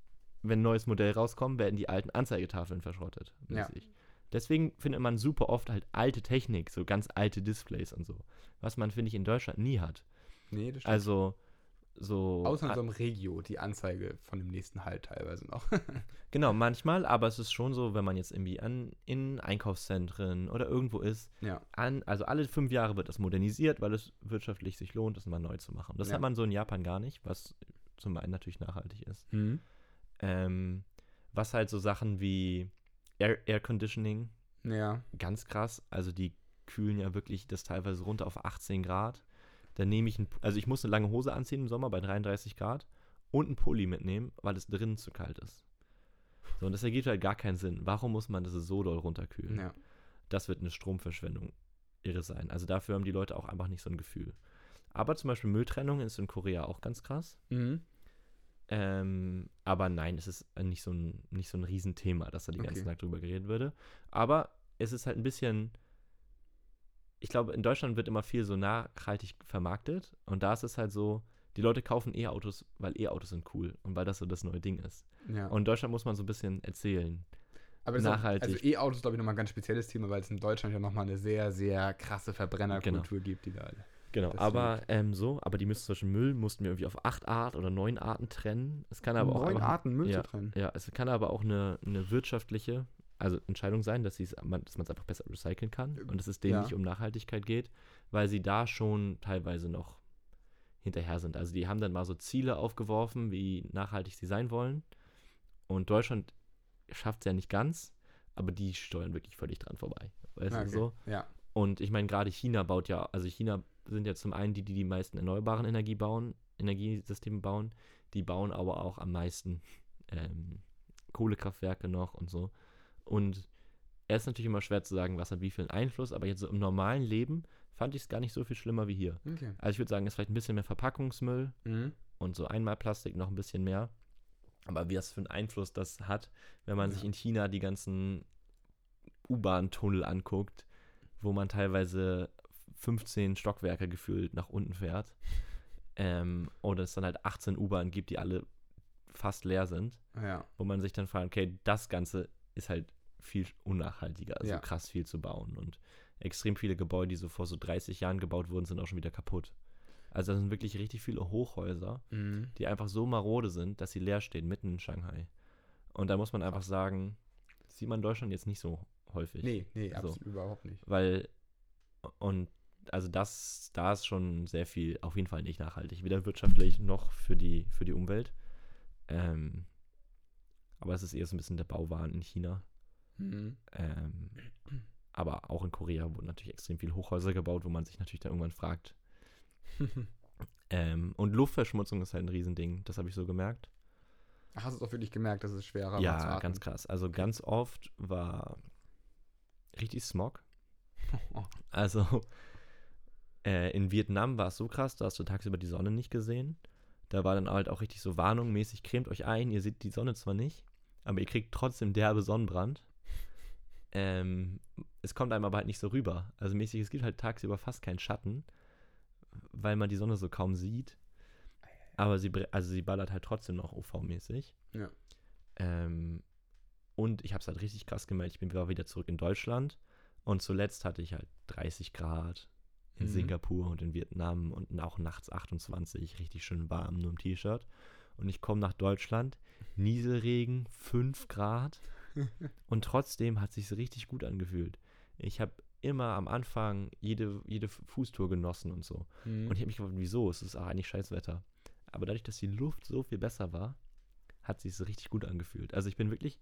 Speaker 3: wenn ein neues Modell rauskommt, werden die alten Anzeigetafeln verschrottet.
Speaker 4: Ja.
Speaker 3: mäßig. Deswegen findet man super oft halt alte Technik, so ganz alte Displays und so. Was man, finde ich, in Deutschland nie hat.
Speaker 4: Nee, das stimmt.
Speaker 3: Also so.
Speaker 4: Außer in
Speaker 3: Ah,
Speaker 4: so einem Regio, die Anzeige von dem nächsten Halt teilweise noch. (laughs)
Speaker 3: Genau, manchmal, aber es ist schon so, wenn man jetzt irgendwie an, in Einkaufszentren oder irgendwo ist,
Speaker 4: ja.
Speaker 3: an, also alle fünf Jahre wird das modernisiert, weil es wirtschaftlich sich lohnt, das mal neu zu machen. Das
Speaker 4: Ja.
Speaker 3: hat man so in Japan gar nicht, was zum einen natürlich nachhaltig ist. Ähm, was halt so Sachen wie Air, Air Conditioning,
Speaker 4: Ja.
Speaker 3: ganz krass. Also die kühlen ja wirklich das teilweise runter auf 18 Grad. Dann nehme ich, ein, also ich muss eine lange Hose anziehen im Sommer bei 33 Grad und einen Pulli mitnehmen, weil es drinnen zu kalt ist. So, und das ergibt halt gar keinen Sinn. Warum muss man das so doll runterkühlen?
Speaker 4: ja.
Speaker 3: Das wird eine Stromverschwendung irre sein. Also dafür haben die Leute auch einfach nicht so ein Gefühl. Aber zum Beispiel Mülltrennung ist in Korea auch ganz krass.
Speaker 4: Mhm.
Speaker 3: Ähm, aber nein, es ist nicht so ein, nicht so ein Riesenthema, dass da den ganzen
Speaker 4: Okay.
Speaker 3: Tag drüber geredet würde. Aber es ist halt ein bisschen. Ich glaube, in Deutschland wird immer viel so nachhaltig vermarktet. Und da ist es halt so, die Leute kaufen E-Autos, weil E-Autos sind cool und weil das so das neue Ding ist.
Speaker 4: ja.
Speaker 3: Und in Deutschland muss man so ein bisschen erzählen.
Speaker 4: Aber das ist auch-
Speaker 3: nachhaltig.
Speaker 4: Also E-Autos, glaube ich, nochmal ein ganz spezielles Thema, weil es in Deutschland ja nochmal eine sehr, sehr krasse Verbrennerkultur gibt, die da alle.
Speaker 3: Genau,
Speaker 4: Das
Speaker 3: aber ähm, so, aber die müssen zum Beispiel Müll mussten wir irgendwie auf acht Art oder neun Arten trennen. Es kann aber auch
Speaker 4: Neun
Speaker 3: einfach-
Speaker 4: Arten Müll
Speaker 3: ja,
Speaker 4: zu trennen.
Speaker 3: Ja, es kann aber auch eine, eine wirtschaftliche also Entscheidung sein, dass, sie's- man- dass man es einfach besser recyceln kann und dass es denen
Speaker 4: Äh, ja.
Speaker 3: nicht um Nachhaltigkeit geht, weil sie da schon teilweise noch hinterher sind. Also die haben dann mal so Ziele aufgeworfen, wie nachhaltig sie sein wollen. Und Deutschland schafft es ja nicht ganz, aber die steuern wirklich völlig dran vorbei. Weißt du
Speaker 4: Ja, Ah, okay.
Speaker 3: so?
Speaker 4: Ja.
Speaker 3: Und ich meine, gerade China baut ja, also China sind ja zum einen die, die die meisten erneuerbaren Energie bauen, Energiesysteme bauen, die bauen aber auch am meisten ähm, Kohlekraftwerke noch und so. Und es ist natürlich immer schwer zu sagen, was hat wie viel Einfluss, aber jetzt so im normalen Leben fand ich es gar nicht so viel schlimmer wie hier.
Speaker 4: Okay.
Speaker 3: Also ich würde sagen, es ist vielleicht ein bisschen mehr Verpackungsmüll
Speaker 4: Mhm.
Speaker 3: und so Einmalplastik noch ein bisschen mehr. Aber wie das für einen Einfluss das hat, wenn man sich
Speaker 4: Ja.
Speaker 3: in China die ganzen U-Bahn-Tunnel anguckt, wo man teilweise 15 Stockwerke gefühlt nach unten fährt. Ähm, oder es dann halt 18 U-Bahnen gibt, die alle fast leer sind,
Speaker 4: Ja.
Speaker 3: wo man sich dann fragt, okay, das Ganze ist halt viel unnachhaltiger, also
Speaker 4: Ja.
Speaker 3: krass viel zu bauen. Und extrem viele Gebäude, die so vor so 30 Jahren gebaut wurden, sind auch schon wieder kaputt. Also da sind wirklich richtig viele Hochhäuser,
Speaker 4: Mhm.
Speaker 3: die einfach so marode sind, dass sie leer stehen, mitten in Shanghai. Und da muss man einfach sagen, das sieht man in Deutschland jetzt nicht so häufig.
Speaker 4: Nee, nee,
Speaker 3: So.
Speaker 4: absolut überhaupt nicht.
Speaker 3: Weil, und also das, da ist schon sehr viel, auf jeden Fall nicht nachhaltig, weder wirtschaftlich noch für die, für die Umwelt. Ähm, aber es ist eher so ein bisschen der Bauwahn in China.
Speaker 4: Mhm.
Speaker 3: Ähm, aber auch in Korea wurden natürlich extrem viele Hochhäuser gebaut, wo man sich natürlich dann irgendwann fragt. Ähm, und Luftverschmutzung ist halt ein Riesending, das habe ich so gemerkt.
Speaker 4: Ach, Hast du es auch wirklich gemerkt, dass es schwerer war zu
Speaker 3: Ja,
Speaker 4: atmen?
Speaker 3: ganz krass. Also ganz oft war richtig Smog. Also äh, in Vietnam war es so krass, da hast du tagsüber die Sonne nicht gesehen. Da war dann halt auch richtig so Warnung mäßig, cremt euch ein, ihr seht die Sonne zwar nicht, aber ihr kriegt trotzdem derbe Sonnenbrand. Ähm, es kommt einem aber halt nicht so rüber. Also mäßig, es gibt halt tagsüber fast keinen Schatten, weil man die Sonne so kaum sieht. Aber sie, bre- also sie ballert halt trotzdem noch UV-mäßig.
Speaker 4: Ja.
Speaker 3: Ähm, und ich habe es halt richtig krass gemerkt. Ich bin war wieder zurück in Deutschland. Und zuletzt hatte ich halt 30 Grad in
Speaker 4: Mhm.
Speaker 3: Singapur und in Vietnam und auch nachts 28, richtig schön warm, nur im T-Shirt. Und ich komme nach Deutschland, Nieselregen, 5
Speaker 4: (laughs)
Speaker 3: Grad. und trotzdem hat sich richtig gut angefühlt. Ich habe immer am Anfang jede, jede Fußtour genossen und so.
Speaker 4: Mhm.
Speaker 3: ah, Und ich habe mich gefragt, wieso? Es ist auch eigentlich scheiß Wetter. Aber dadurch, dass die Luft so viel besser war, hat sich richtig gut angefühlt. Also ich bin wirklich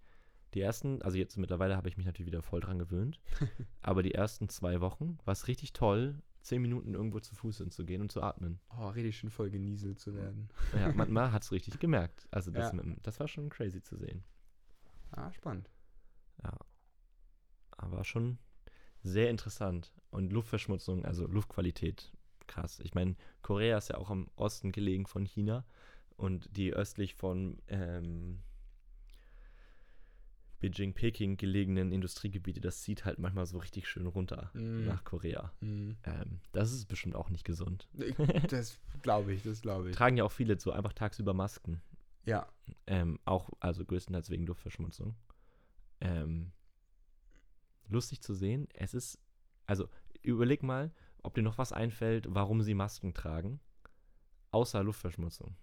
Speaker 3: die ersten, also jetzt mittlerweile habe ich mich natürlich wieder voll dran gewöhnt, aber die ersten zwei Wochen war es richtig toll, zehn Minuten irgendwo zu Fuß hinzugehen und zu atmen.
Speaker 4: Oh, richtig schön voll genieselt zu werden.
Speaker 3: Ja, man, man hat es richtig gemerkt. Also das,
Speaker 4: Ja.
Speaker 3: mit, dem- das war schon crazy zu sehen.
Speaker 4: Ah, spannend.
Speaker 3: Aber schon sehr interessant. Und Luftverschmutzung, also Luftqualität, krass. Ich meine, Korea ist ja auch am Osten gelegen von China und die östlich von ähm, Beijing, Peking gelegenen Industriegebiete, das zieht halt manchmal so richtig schön runter
Speaker 4: Mm.
Speaker 3: nach Korea.
Speaker 4: Mhm.
Speaker 3: Ähm, das ist bestimmt auch nicht gesund.
Speaker 4: Ich- Das glaube ich, das glaube ich.
Speaker 3: Tragen ja auch viele so einfach tagsüber Masken.
Speaker 4: Ja,
Speaker 3: Ähm, auch, also größtenteils wegen Luftverschmutzung. Ähm, lustig zu sehen, es ist, also überleg mal, ob dir noch was einfällt, warum sie Masken tragen, außer Luftverschmutzung.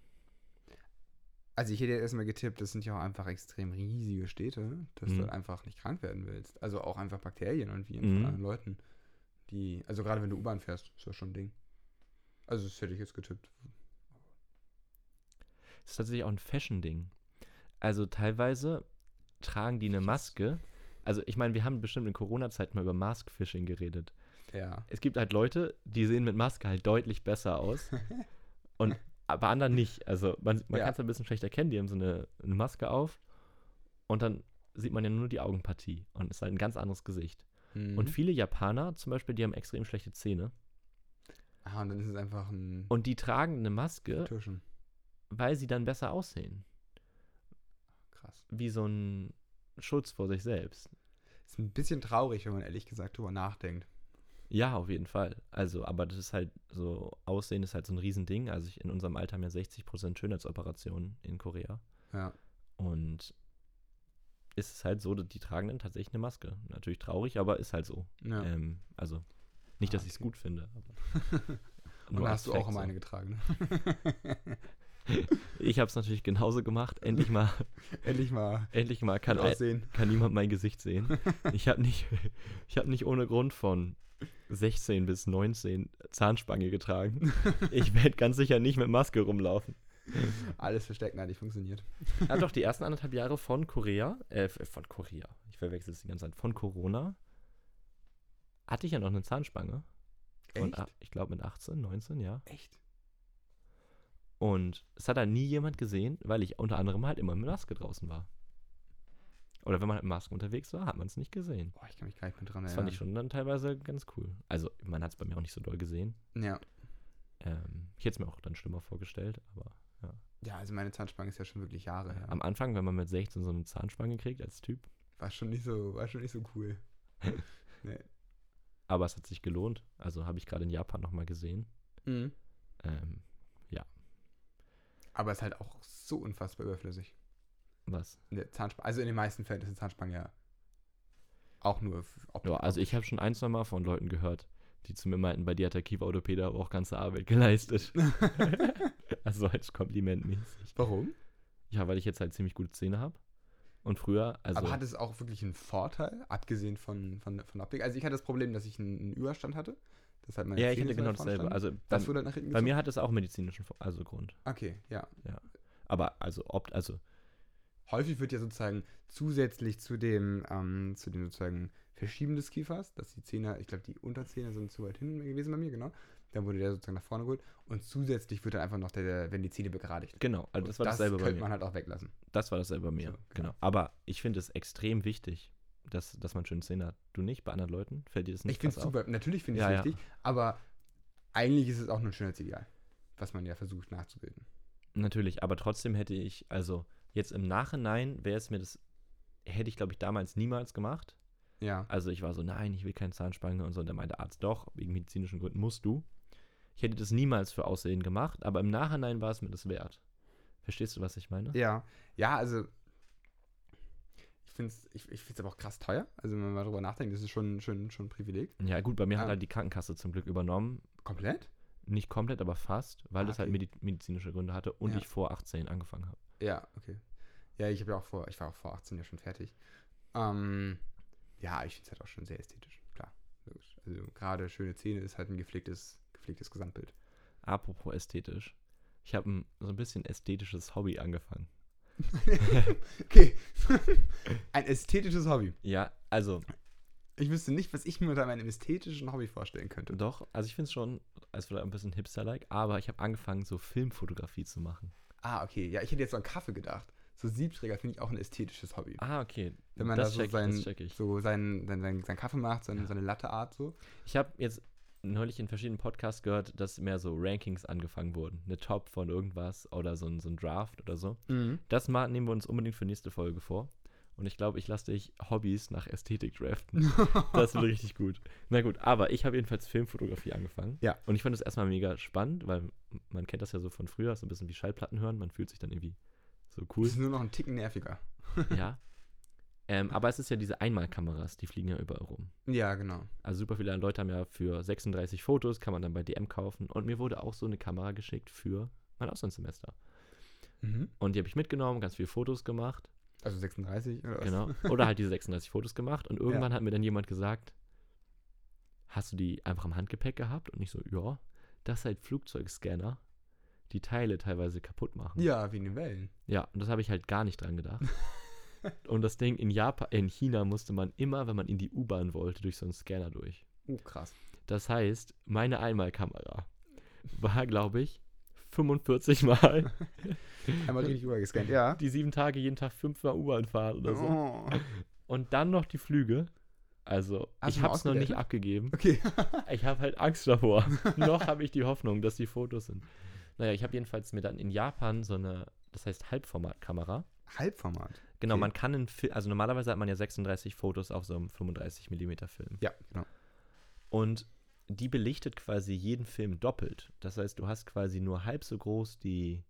Speaker 4: also ich hätte jetzt erstmal getippt, das sind ja auch einfach extrem riesige Städte, dass
Speaker 3: Mhm.
Speaker 4: du halt einfach nicht krank werden willst. Also auch einfach Bakterien und Viren von
Speaker 3: Mhm.
Speaker 4: anderen Leuten. Die, also gerade wenn du U-Bahn fährst, ist das schon ein Ding. Also das hätte ich jetzt getippt.
Speaker 3: Es ist tatsächlich auch ein Fashion-Ding. Also teilweise tragen die eine Maske. Also ich meine, wir haben bestimmt in Corona-Zeit mal über Mask-Fishing geredet.
Speaker 4: Ja.
Speaker 3: Es gibt halt Leute, die sehen mit Maske halt deutlich besser
Speaker 4: (laughs)
Speaker 3: aus und bei anderen nicht. Also man, man
Speaker 4: Ja.
Speaker 3: kann es ein bisschen schlecht erkennen, die haben so eine, eine Maske auf und dann sieht man ja nur die Augenpartie und ist halt ein ganz anderes Gesicht.
Speaker 4: Mhm.
Speaker 3: Und viele Japaner zum Beispiel, die haben extrem schlechte Zähne
Speaker 4: ah, und dann ist es einfach ein
Speaker 3: und die tragen eine Maske,
Speaker 4: Tuschen.
Speaker 3: weil sie dann besser aussehen.
Speaker 4: Krass.
Speaker 3: Wie so ein Schutz vor sich selbst.
Speaker 4: Ist ein bisschen traurig, wenn man ehrlich gesagt drüber nachdenkt.
Speaker 3: Ja, auf jeden Fall. Also, aber das ist halt so, Aussehen ist halt so ein Riesending. Also ich, in unserem Alter haben ja 60% Schönheitsoperationen in Korea.
Speaker 4: Ja.
Speaker 3: Und es ist halt so, die tragen dann tatsächlich eine Maske. Natürlich traurig, aber ist halt so.
Speaker 4: ja.
Speaker 3: Ähm, also nicht, dass
Speaker 4: Ah,
Speaker 3: ich es
Speaker 4: okay.
Speaker 3: gut finde. Aber
Speaker 4: (laughs) und
Speaker 3: nur
Speaker 4: da hast du
Speaker 3: als
Speaker 4: auch immer eine
Speaker 3: Fact
Speaker 4: getragen. (laughs) ne?
Speaker 3: so. Ich habe es natürlich genauso gemacht. Endlich
Speaker 4: (laughs)
Speaker 3: mal,
Speaker 4: Endlich mal
Speaker 3: endlich mal
Speaker 4: gut
Speaker 3: kann, ein,
Speaker 4: aussehen.
Speaker 3: kann niemand mein Gesicht
Speaker 4: (laughs)
Speaker 3: sehen. Ich habe nicht, (laughs) ich habe nicht ohne Grund von 16 bis 19 Zahnspange
Speaker 4: (laughs)
Speaker 3: getragen. Ich werde ganz sicher nicht mit Maske rumlaufen.
Speaker 4: Alles verstecken hat nicht funktioniert.
Speaker 3: Ja, Ah, doch, die ersten anderthalb Jahre von Korea, äh, f- von Korea, ich verwechsel es die ganze Zeit, von Corona, hatte ich ja noch eine Zahnspange. Von,
Speaker 4: Echt?
Speaker 3: a- ich glaube mit 18, 19, ja.
Speaker 4: Echt?
Speaker 3: Und es hat dann nie jemand gesehen, weil ich unter anderem halt immer mit Maske draußen war. Oder wenn man halt mit Maske unterwegs war, hat man es nicht gesehen.
Speaker 4: Boah, ich kann mich gar nicht mehr dran
Speaker 3: Das
Speaker 4: erinnern.
Speaker 3: fand ich schon dann teilweise ganz cool. Also, man hat es bei mir auch nicht so doll gesehen.
Speaker 4: Ja.
Speaker 3: Ähm, ich hätte es mir auch dann schlimmer vorgestellt, aber äh,
Speaker 4: Ja, also meine Zahnspange ist ja schon wirklich Jahre her.
Speaker 3: am Anfang, wenn man mit 16 so eine Zahnspange kriegt als Typ,
Speaker 4: War schon nicht so, war schon nicht so cool.
Speaker 3: aber es hat sich gelohnt. Also habe ich gerade in Japan nochmal gesehen. Ähm,
Speaker 4: Aber ist halt auch so unfassbar überflüssig.
Speaker 3: was?
Speaker 4: Eine Zahnspange, also in den meisten Fällen ist eine Zahnspange ja auch nur f- Optik.
Speaker 3: Ja, also ich habe schon ein, zwei Mal von Leuten gehört, die zu mir meinten, bei dir hat der Kieferorthopäde aber auch ganze Arbeit
Speaker 4: (laughs)
Speaker 3: geleistet. (laughs) also als Kompliment mäßig.
Speaker 4: Warum?
Speaker 3: Ja, weil ich jetzt halt ziemlich gute Zähne habe. Und früher, also
Speaker 4: Aber hat es auch wirklich einen Vorteil, abgesehen von, von, von Optik? Also ich hatte das Problem, dass ich einen, einen Überstand hatte. Das hat meine
Speaker 3: ja, ich
Speaker 4: Zähne
Speaker 3: hatte
Speaker 4: so
Speaker 3: genau
Speaker 4: nach vorne
Speaker 3: dasselbe.
Speaker 4: standen.
Speaker 3: Also bei,
Speaker 4: das wurde nach hinten
Speaker 3: bei
Speaker 4: gezogen.
Speaker 3: mir hat es auch medizinischen Vor- also Grund.
Speaker 4: Okay, ja.
Speaker 3: Aber also opt, also
Speaker 4: Häufig wird ja sozusagen zusätzlich zu dem, ähm, zu dem sozusagen Verschieben des Kiefers, dass die Zähne, ich glaube, die Unterzähne sind zu weit hinten gewesen bei mir, genau. Dann wurde der sozusagen nach vorne geholt. Und zusätzlich wird dann einfach noch der, der wenn die Zähne begradigt.
Speaker 3: genau, also
Speaker 4: Und
Speaker 3: das war
Speaker 4: das
Speaker 3: dasselbe bei
Speaker 4: könnte
Speaker 3: mir.
Speaker 4: man halt auch weglassen.
Speaker 3: Das war dasselbe bei mir.
Speaker 4: So, genau.
Speaker 3: genau. Aber ich finde es extrem wichtig, dass, dass man schöne Zähne hat. Du nicht? Bei anderen Leuten? Fällt dir das nicht
Speaker 4: Ich finde es
Speaker 3: krass auf?
Speaker 4: super, natürlich finde ich es
Speaker 3: Ja, ja.
Speaker 4: wichtig, aber eigentlich ist es auch nur ein Schönheitsideal, was man ja versucht nachzubilden.
Speaker 3: Natürlich, aber trotzdem hätte ich, also jetzt im Nachhinein wäre es mir das, hätte ich glaube ich damals niemals gemacht.
Speaker 4: Ja.
Speaker 3: Also ich war so, nein, ich will keine Zahnspange und so. Und dann meinte der Arzt, doch, wegen medizinischen Gründen musst du. Ich hätte das niemals für Aussehen gemacht, aber im Nachhinein war es mir das wert. Verstehst du, was ich meine?
Speaker 4: Ja. Ja, also ich finde es ich, ich find's aber auch krass teuer. Also wenn man mal drüber nachdenkt, das ist schon, schon, schon ein Privileg.
Speaker 3: Ja, gut, bei mir
Speaker 4: Ah.
Speaker 3: hat halt die Krankenkasse zum Glück übernommen.
Speaker 4: Komplett?
Speaker 3: Nicht komplett, aber fast, weil
Speaker 4: Ah,
Speaker 3: das halt
Speaker 4: okay.
Speaker 3: medi medizinische Gründe hatte und
Speaker 4: Ja.
Speaker 3: ich vor 18 angefangen habe.
Speaker 4: Ja, okay. Ja, ich habe ja auch vor, ich war auch vor 18 ja schon fertig. Ähm, ja, ich finde es halt auch schon sehr ästhetisch, klar. Logisch. Also gerade schöne Zähne ist halt ein gepflegtes, gepflegtes
Speaker 3: (laughs)
Speaker 4: Gesamtbild.
Speaker 3: Apropos ästhetisch. Ich habe so ein bisschen ästhetisches Hobby angefangen.
Speaker 4: okay. (laughs) Ein ästhetisches Hobby.
Speaker 3: Ja, also
Speaker 4: Ich wüsste nicht, was ich mir unter meinem ästhetischen Hobby vorstellen könnte.
Speaker 3: doch, also ich finde es schon, also vielleicht ein bisschen hipster-like, aber ich habe angefangen, so Filmfotografie zu machen.
Speaker 4: Ah, okay. Ja, ich hätte jetzt so an Kaffee gedacht. So Siebträger finde ich auch ein ästhetisches Hobby.
Speaker 3: Ah, okay.
Speaker 4: Wenn man
Speaker 3: das
Speaker 4: da so,
Speaker 3: check ich,
Speaker 4: sein,
Speaker 3: das check ich.
Speaker 4: so seinen, seinen, seinen, seinen Kaffee macht, seine, seine Latte-Art so.
Speaker 3: Ich habe jetzt neulich in verschiedenen Podcasts gehört, dass mehr so Rankings angefangen wurden. Eine Top von irgendwas oder so ein, so ein Draft oder so. Das mal nehmen wir uns unbedingt für nächste Folge vor. Und ich glaube, ich lasse dich Hobbys nach Ästhetik draften. Das wird richtig gut. Na gut, aber ich habe jedenfalls Filmfotografie angefangen.
Speaker 4: Ja.
Speaker 3: Und ich fand das erstmal mega spannend, weil man kennt das ja so von früher, so ein bisschen wie Schallplatten hören. Man fühlt sich dann irgendwie so cool.
Speaker 4: (laughs) Das ist nur noch ein Ticken nerviger.
Speaker 3: ja. Ähm, aber es ist ja diese Einmalkameras, die fliegen ja überall rum.
Speaker 4: Ja, genau.
Speaker 3: Also super viele Leute haben ja für 36 Fotos, kann man dann bei DM kaufen. Und mir wurde auch so eine Kamera geschickt für mein Auslandssemester.
Speaker 4: Mhm.
Speaker 3: Und die habe ich mitgenommen, ganz viele Fotos gemacht.
Speaker 4: Also 36 oder was?
Speaker 3: Genau. Oder halt diese 36 Fotos gemacht. Und irgendwann hat mir dann jemand gesagt, hast du die einfach im Handgepäck gehabt? Und ich so, ja, das ist halt Flugzeugscanner, die Teile teilweise kaputt machen.
Speaker 4: Ja, wie in den Wellen.
Speaker 3: Ja, und das habe ich halt gar nicht dran gedacht. und das Ding in Japan, in China musste man immer, wenn man in die U-Bahn wollte, durch so einen Scanner durch.
Speaker 4: Oh, krass.
Speaker 3: Das heißt, meine Einmalkamera war, glaube ich, 45 Mal
Speaker 4: Einmal richtig übergescannt, ja.
Speaker 3: die sieben Tage jeden Tag fünfmal U-Bahn fahren oder so.
Speaker 4: Oh. Und
Speaker 3: Und dann noch die Flüge. Also,
Speaker 4: Hast du
Speaker 3: ich
Speaker 4: mal
Speaker 3: habe es noch nicht
Speaker 4: ausgewertet? (laughs)
Speaker 3: abgegeben.
Speaker 4: (laughs) okay.
Speaker 3: Ich habe halt Angst davor. (laughs) noch habe ich die Hoffnung, dass die Fotos sind. Naja, ich habe jedenfalls mir dann in Japan so eine, das heißt Halbformatkamera.
Speaker 4: Halbformat.
Speaker 3: Genau,
Speaker 4: Okay.
Speaker 3: man kann einen Film, also normalerweise hat man ja 36 Fotos auf so einem 35 mm Film.
Speaker 4: Ja, genau.
Speaker 3: Und die belichtet quasi jeden Film doppelt. Das heißt, du hast quasi nur halb so groß die.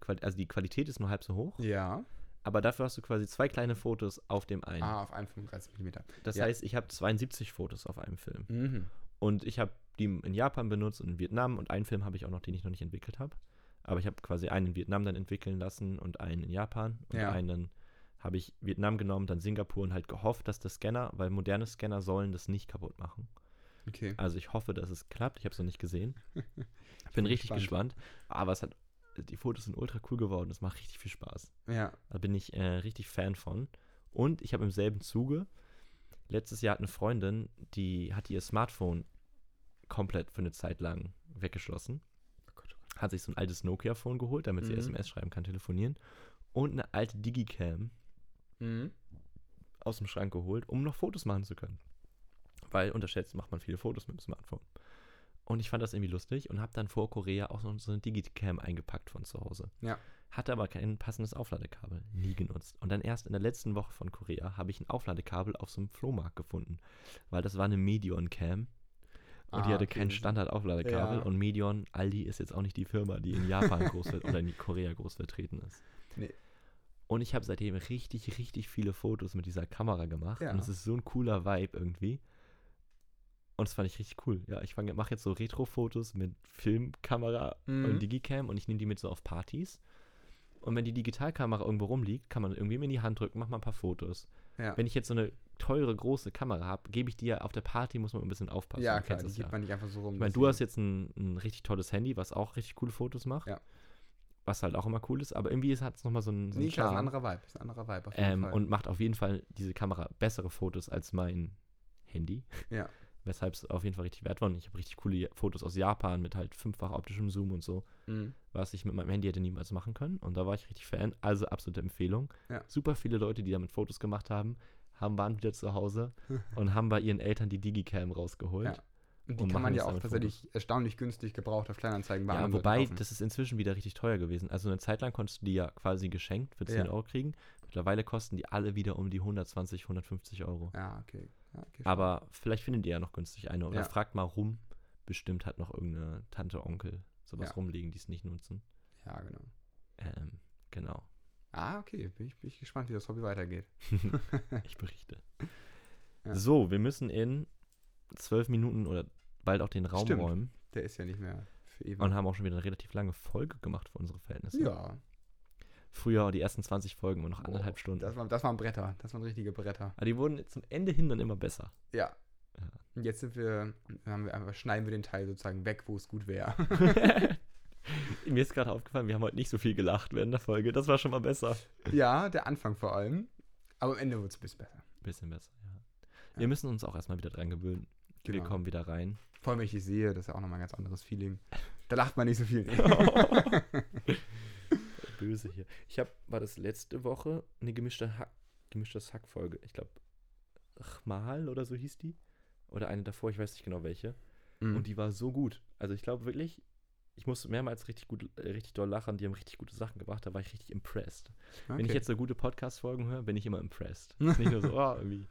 Speaker 3: Qual- Also die Qualität ist nur halb so hoch,
Speaker 4: Ja.
Speaker 3: aber dafür hast du quasi zwei kleine Fotos auf dem einen.
Speaker 4: Ah, auf 1,35 mm.
Speaker 3: das
Speaker 4: ja.
Speaker 3: heißt, ich habe 72 Fotos auf einem Film.
Speaker 4: Mhm.
Speaker 3: Und ich habe die in Japan benutzt und in Vietnam und einen Film habe ich auch noch, den ich noch nicht entwickelt habe. Aber ich habe quasi einen in Vietnam dann entwickeln lassen und einen in Japan und
Speaker 4: Ja.
Speaker 3: einen habe ich Vietnam genommen, dann Singapur und halt gehofft, dass der Scanner, weil moderne Scanner sollen das nicht kaputt machen.
Speaker 4: Okay.
Speaker 3: Also ich hoffe, dass es klappt. Ich habe es noch nicht (laughs) gesehen. Bin richtig gespannt. Aber es hat, die Fotos sind ultra cool geworden. Es macht richtig viel Spaß.
Speaker 4: Ja.
Speaker 3: Da bin ich äh, richtig Fan von. Und ich habe im selben Zuge, letztes Jahr hat eine Freundin, die hat ihr Smartphone komplett für eine Zeit lang weggeschlossen. Hat sich so ein altes Nokia-Phone geholt, damit sie
Speaker 4: Mhm.
Speaker 3: SMS schreiben kann, telefonieren. Und eine alte Digicam
Speaker 4: Mhm.
Speaker 3: aus dem Schrank geholt, um noch Fotos machen zu können. Weil unterschätzt macht man viele Fotos mit dem Smartphone. Und ich fand das irgendwie lustig und habe dann vor Korea auch noch so eine Digicam eingepackt von zu Hause.
Speaker 4: Ja.
Speaker 3: Hatte aber kein passendes Aufladekabel, nie genutzt. Und dann erst in der letzten Woche von Korea habe ich ein Aufladekabel auf so einem Flohmarkt gefunden, weil das war eine Medion Cam. Und die
Speaker 4: Ah,
Speaker 3: hatte
Speaker 4: okay,
Speaker 3: kein
Speaker 4: das ist-
Speaker 3: Standard-Aufladekabel
Speaker 4: Ja.
Speaker 3: und Medion, Aldi ist jetzt auch nicht die Firma, die in
Speaker 4: (laughs)
Speaker 3: Japan groß wird oder in Korea groß vertreten ist.
Speaker 4: Nee.
Speaker 3: Und ich habe seitdem richtig, richtig viele Fotos mit dieser Kamera gemacht.
Speaker 4: Ja.
Speaker 3: Und es ist so ein cooler Vibe irgendwie. Und das fand ich richtig cool. Ja, ich mache jetzt so Retro-Fotos mit Filmkamera
Speaker 4: Mhm.
Speaker 3: und Digicam und ich nehme die mit so auf Partys. Und wenn die Digitalkamera irgendwo rumliegt, kann man irgendwie in die Hand drücken, mach mal ein paar Fotos.
Speaker 4: Ja.
Speaker 3: Wenn ich jetzt so eine teure, große Kamera habe, gebe ich die ja auf der Party, muss man ein bisschen aufpassen.
Speaker 4: ja,
Speaker 3: Du
Speaker 4: klar,
Speaker 3: kennst
Speaker 4: die
Speaker 3: das
Speaker 4: gibt man nicht einfach so rum.
Speaker 3: ich meine, du hast
Speaker 4: deswegen-
Speaker 3: jetzt ein, ein richtig tolles Handy, was auch richtig coole Fotos macht.
Speaker 4: Ja.
Speaker 3: Was halt auch immer cool ist, aber irgendwie hat es nochmal so einen, so einen
Speaker 4: Nee, klar, ist ein
Speaker 3: Charme.
Speaker 4: anderer Vibe. Ist ein anderer Vibe auf jeden
Speaker 3: ähm,
Speaker 4: Fall.
Speaker 3: und macht auf jeden Fall diese Kamera bessere Fotos als mein Handy.
Speaker 4: Ja.
Speaker 3: (laughs) Weshalb es auf jeden Fall richtig wert war. Und ich habe richtig coole Fotos aus Japan mit halt fünffach optischem Zoom und so,
Speaker 4: mhm.
Speaker 3: was ich mit meinem Handy hätte niemals machen können. Und da war ich richtig Fan. Also absolute Empfehlung.
Speaker 4: Ja.
Speaker 3: Super viele Leute, die damit Fotos gemacht haben, haben, waren wieder zu
Speaker 4: (laughs)
Speaker 3: Hause und haben bei ihren Eltern die Digicam rausgeholt.
Speaker 4: Ja. Und die
Speaker 3: und machen
Speaker 4: kann man ja
Speaker 3: das
Speaker 4: auch
Speaker 3: damit
Speaker 4: tatsächlich erstaunlich günstig gebraucht auf Kleinanzeigen bei
Speaker 3: Ja,
Speaker 4: anderen Leuten
Speaker 3: wobei,
Speaker 4: kaufen.
Speaker 3: das ist inzwischen wieder richtig teuer gewesen. Also eine Zeit lang konntest du die ja quasi geschenkt für 10
Speaker 4: Ja.
Speaker 3: Euro kriegen. Mittlerweile kosten die alle wieder um die 120, 150 Euro.
Speaker 4: Ja, okay. Ja, okay stimmt.
Speaker 3: Aber vielleicht findet ihr ja noch günstig eine oder
Speaker 4: Ja.
Speaker 3: fragt mal rum. Bestimmt hat noch irgendeine Tante, Onkel sowas
Speaker 4: Ja.
Speaker 3: rumliegen, die es nicht nutzen.
Speaker 4: ja, genau.
Speaker 3: Ähm,
Speaker 4: (laughs)
Speaker 3: genau. (laughs)
Speaker 4: Ah, okay. Bin ich, bin ich gespannt, wie das Hobby weitergeht.
Speaker 3: Ich berichte.
Speaker 4: Ja.
Speaker 3: So, wir müssen in zwölf Minuten oder bald auch den Raum
Speaker 4: Stimmt.
Speaker 3: räumen
Speaker 4: Der ist ja nicht mehr für ewig.
Speaker 3: und haben auch schon wieder eine relativ lange Folge gemacht für unsere Verhältnisse.
Speaker 4: ja,
Speaker 3: Früher die ersten 20 Folgen und noch anderthalb
Speaker 4: Boah,
Speaker 3: Stunden.
Speaker 4: das, war, das waren Bretter. Das waren richtige Bretter.
Speaker 3: Aber die wurden zum Ende hin dann immer besser. (laughs)
Speaker 4: Ja.
Speaker 3: Ja.
Speaker 4: Und jetzt sind wir, haben wir einfach, schneiden wir den Teil sozusagen weg, wo es gut wäre.
Speaker 3: wir mir ist gerade aufgefallen, wir haben heute nicht so viel gelacht während der Folge. Das war schon mal besser.
Speaker 4: (laughs) Ja, der Anfang vor allem. Aber am Ende wurde es ein bisschen besser.
Speaker 3: Bisschen besser, ja.
Speaker 4: Ja.
Speaker 3: Wir müssen uns auch erstmal wieder dran gewöhnen. Wir
Speaker 4: Genau.
Speaker 3: kommen wieder (laughs) rein.
Speaker 4: Vor allem, wenn ich dich sehe, das ist ja auch nochmal ein ganz anderes Feeling. Da lacht man nicht
Speaker 3: (laughs)
Speaker 4: so viel.
Speaker 3: Böse hier. Ich habe, war das letzte Woche eine gemischte Hack, gemischte Sack-Folge. Ich glaube, Chmal oder so hieß die. Oder eine davor, ich weiß nicht genau welche.
Speaker 4: Mhm.
Speaker 3: Und die war so gut. Also ich glaube wirklich, ich musste mehrmals richtig gut, äh, richtig doll lachen. Die haben richtig gute Sachen gebracht. Da war ich richtig impressed. Wenn ich jetzt so gute Podcast-Folgen höre, bin ich immer
Speaker 4: (laughs)
Speaker 3: impressed. Ist nicht nur so, oh, irgendwie.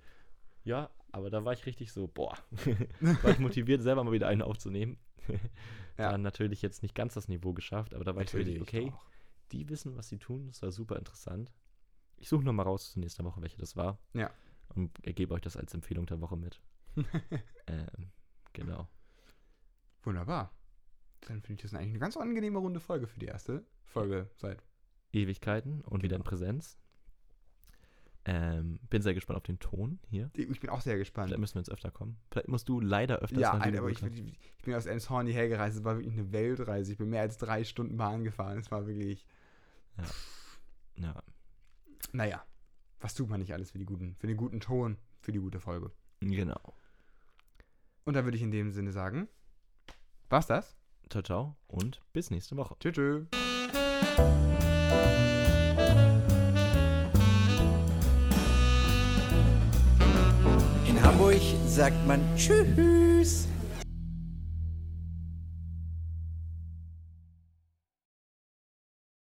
Speaker 3: Ja, aber da war ich richtig so, boah. (laughs) war ich motiviert, selber mal wieder einen aufzunehmen. (laughs)
Speaker 4: Ja.
Speaker 3: Dann natürlich jetzt nicht ganz das Niveau geschafft, aber da war ich wirklich, okay,
Speaker 4: doch.
Speaker 3: die wissen, was sie tun. Das war super interessant. Ich suche nochmal raus zur nächsten Woche, welche das war.
Speaker 4: Ja.
Speaker 3: Und gebe euch das als Empfehlung der Woche mit. ähm, genau.
Speaker 4: (laughs) Wunderbar. Dann finde ich das eigentlich eine ganz angenehme runde Folge für die erste Folge seit.
Speaker 3: Ewigkeiten und
Speaker 4: Genau.
Speaker 3: wieder in Präsenz. Ähm, bin sehr gespannt auf den Ton hier.
Speaker 4: Ich bin auch sehr gespannt.
Speaker 3: Vielleicht müssen wir uns öfter kommen. Vielleicht musst du leider öfters
Speaker 4: Ja,
Speaker 3: nach
Speaker 4: Alter, aber ich,
Speaker 3: Lüneburg
Speaker 4: ich bin aus Elmshorn hierher gereist. Es war wirklich eine Weltreise. Ich bin mehr als drei Stunden Bahn gefahren. Es war wirklich,
Speaker 3: kommen. Ja.
Speaker 4: naja, was tut man nicht alles für, die guten, für den guten Ton, für die gute Folge.
Speaker 3: Genau.
Speaker 4: Und da würde ich in dem Sinne sagen, war's das?
Speaker 3: Ciao, ciao und bis nächste Woche.
Speaker 4: Tschüss. Tschö.
Speaker 5: In Hamburg sagt man Tschüss.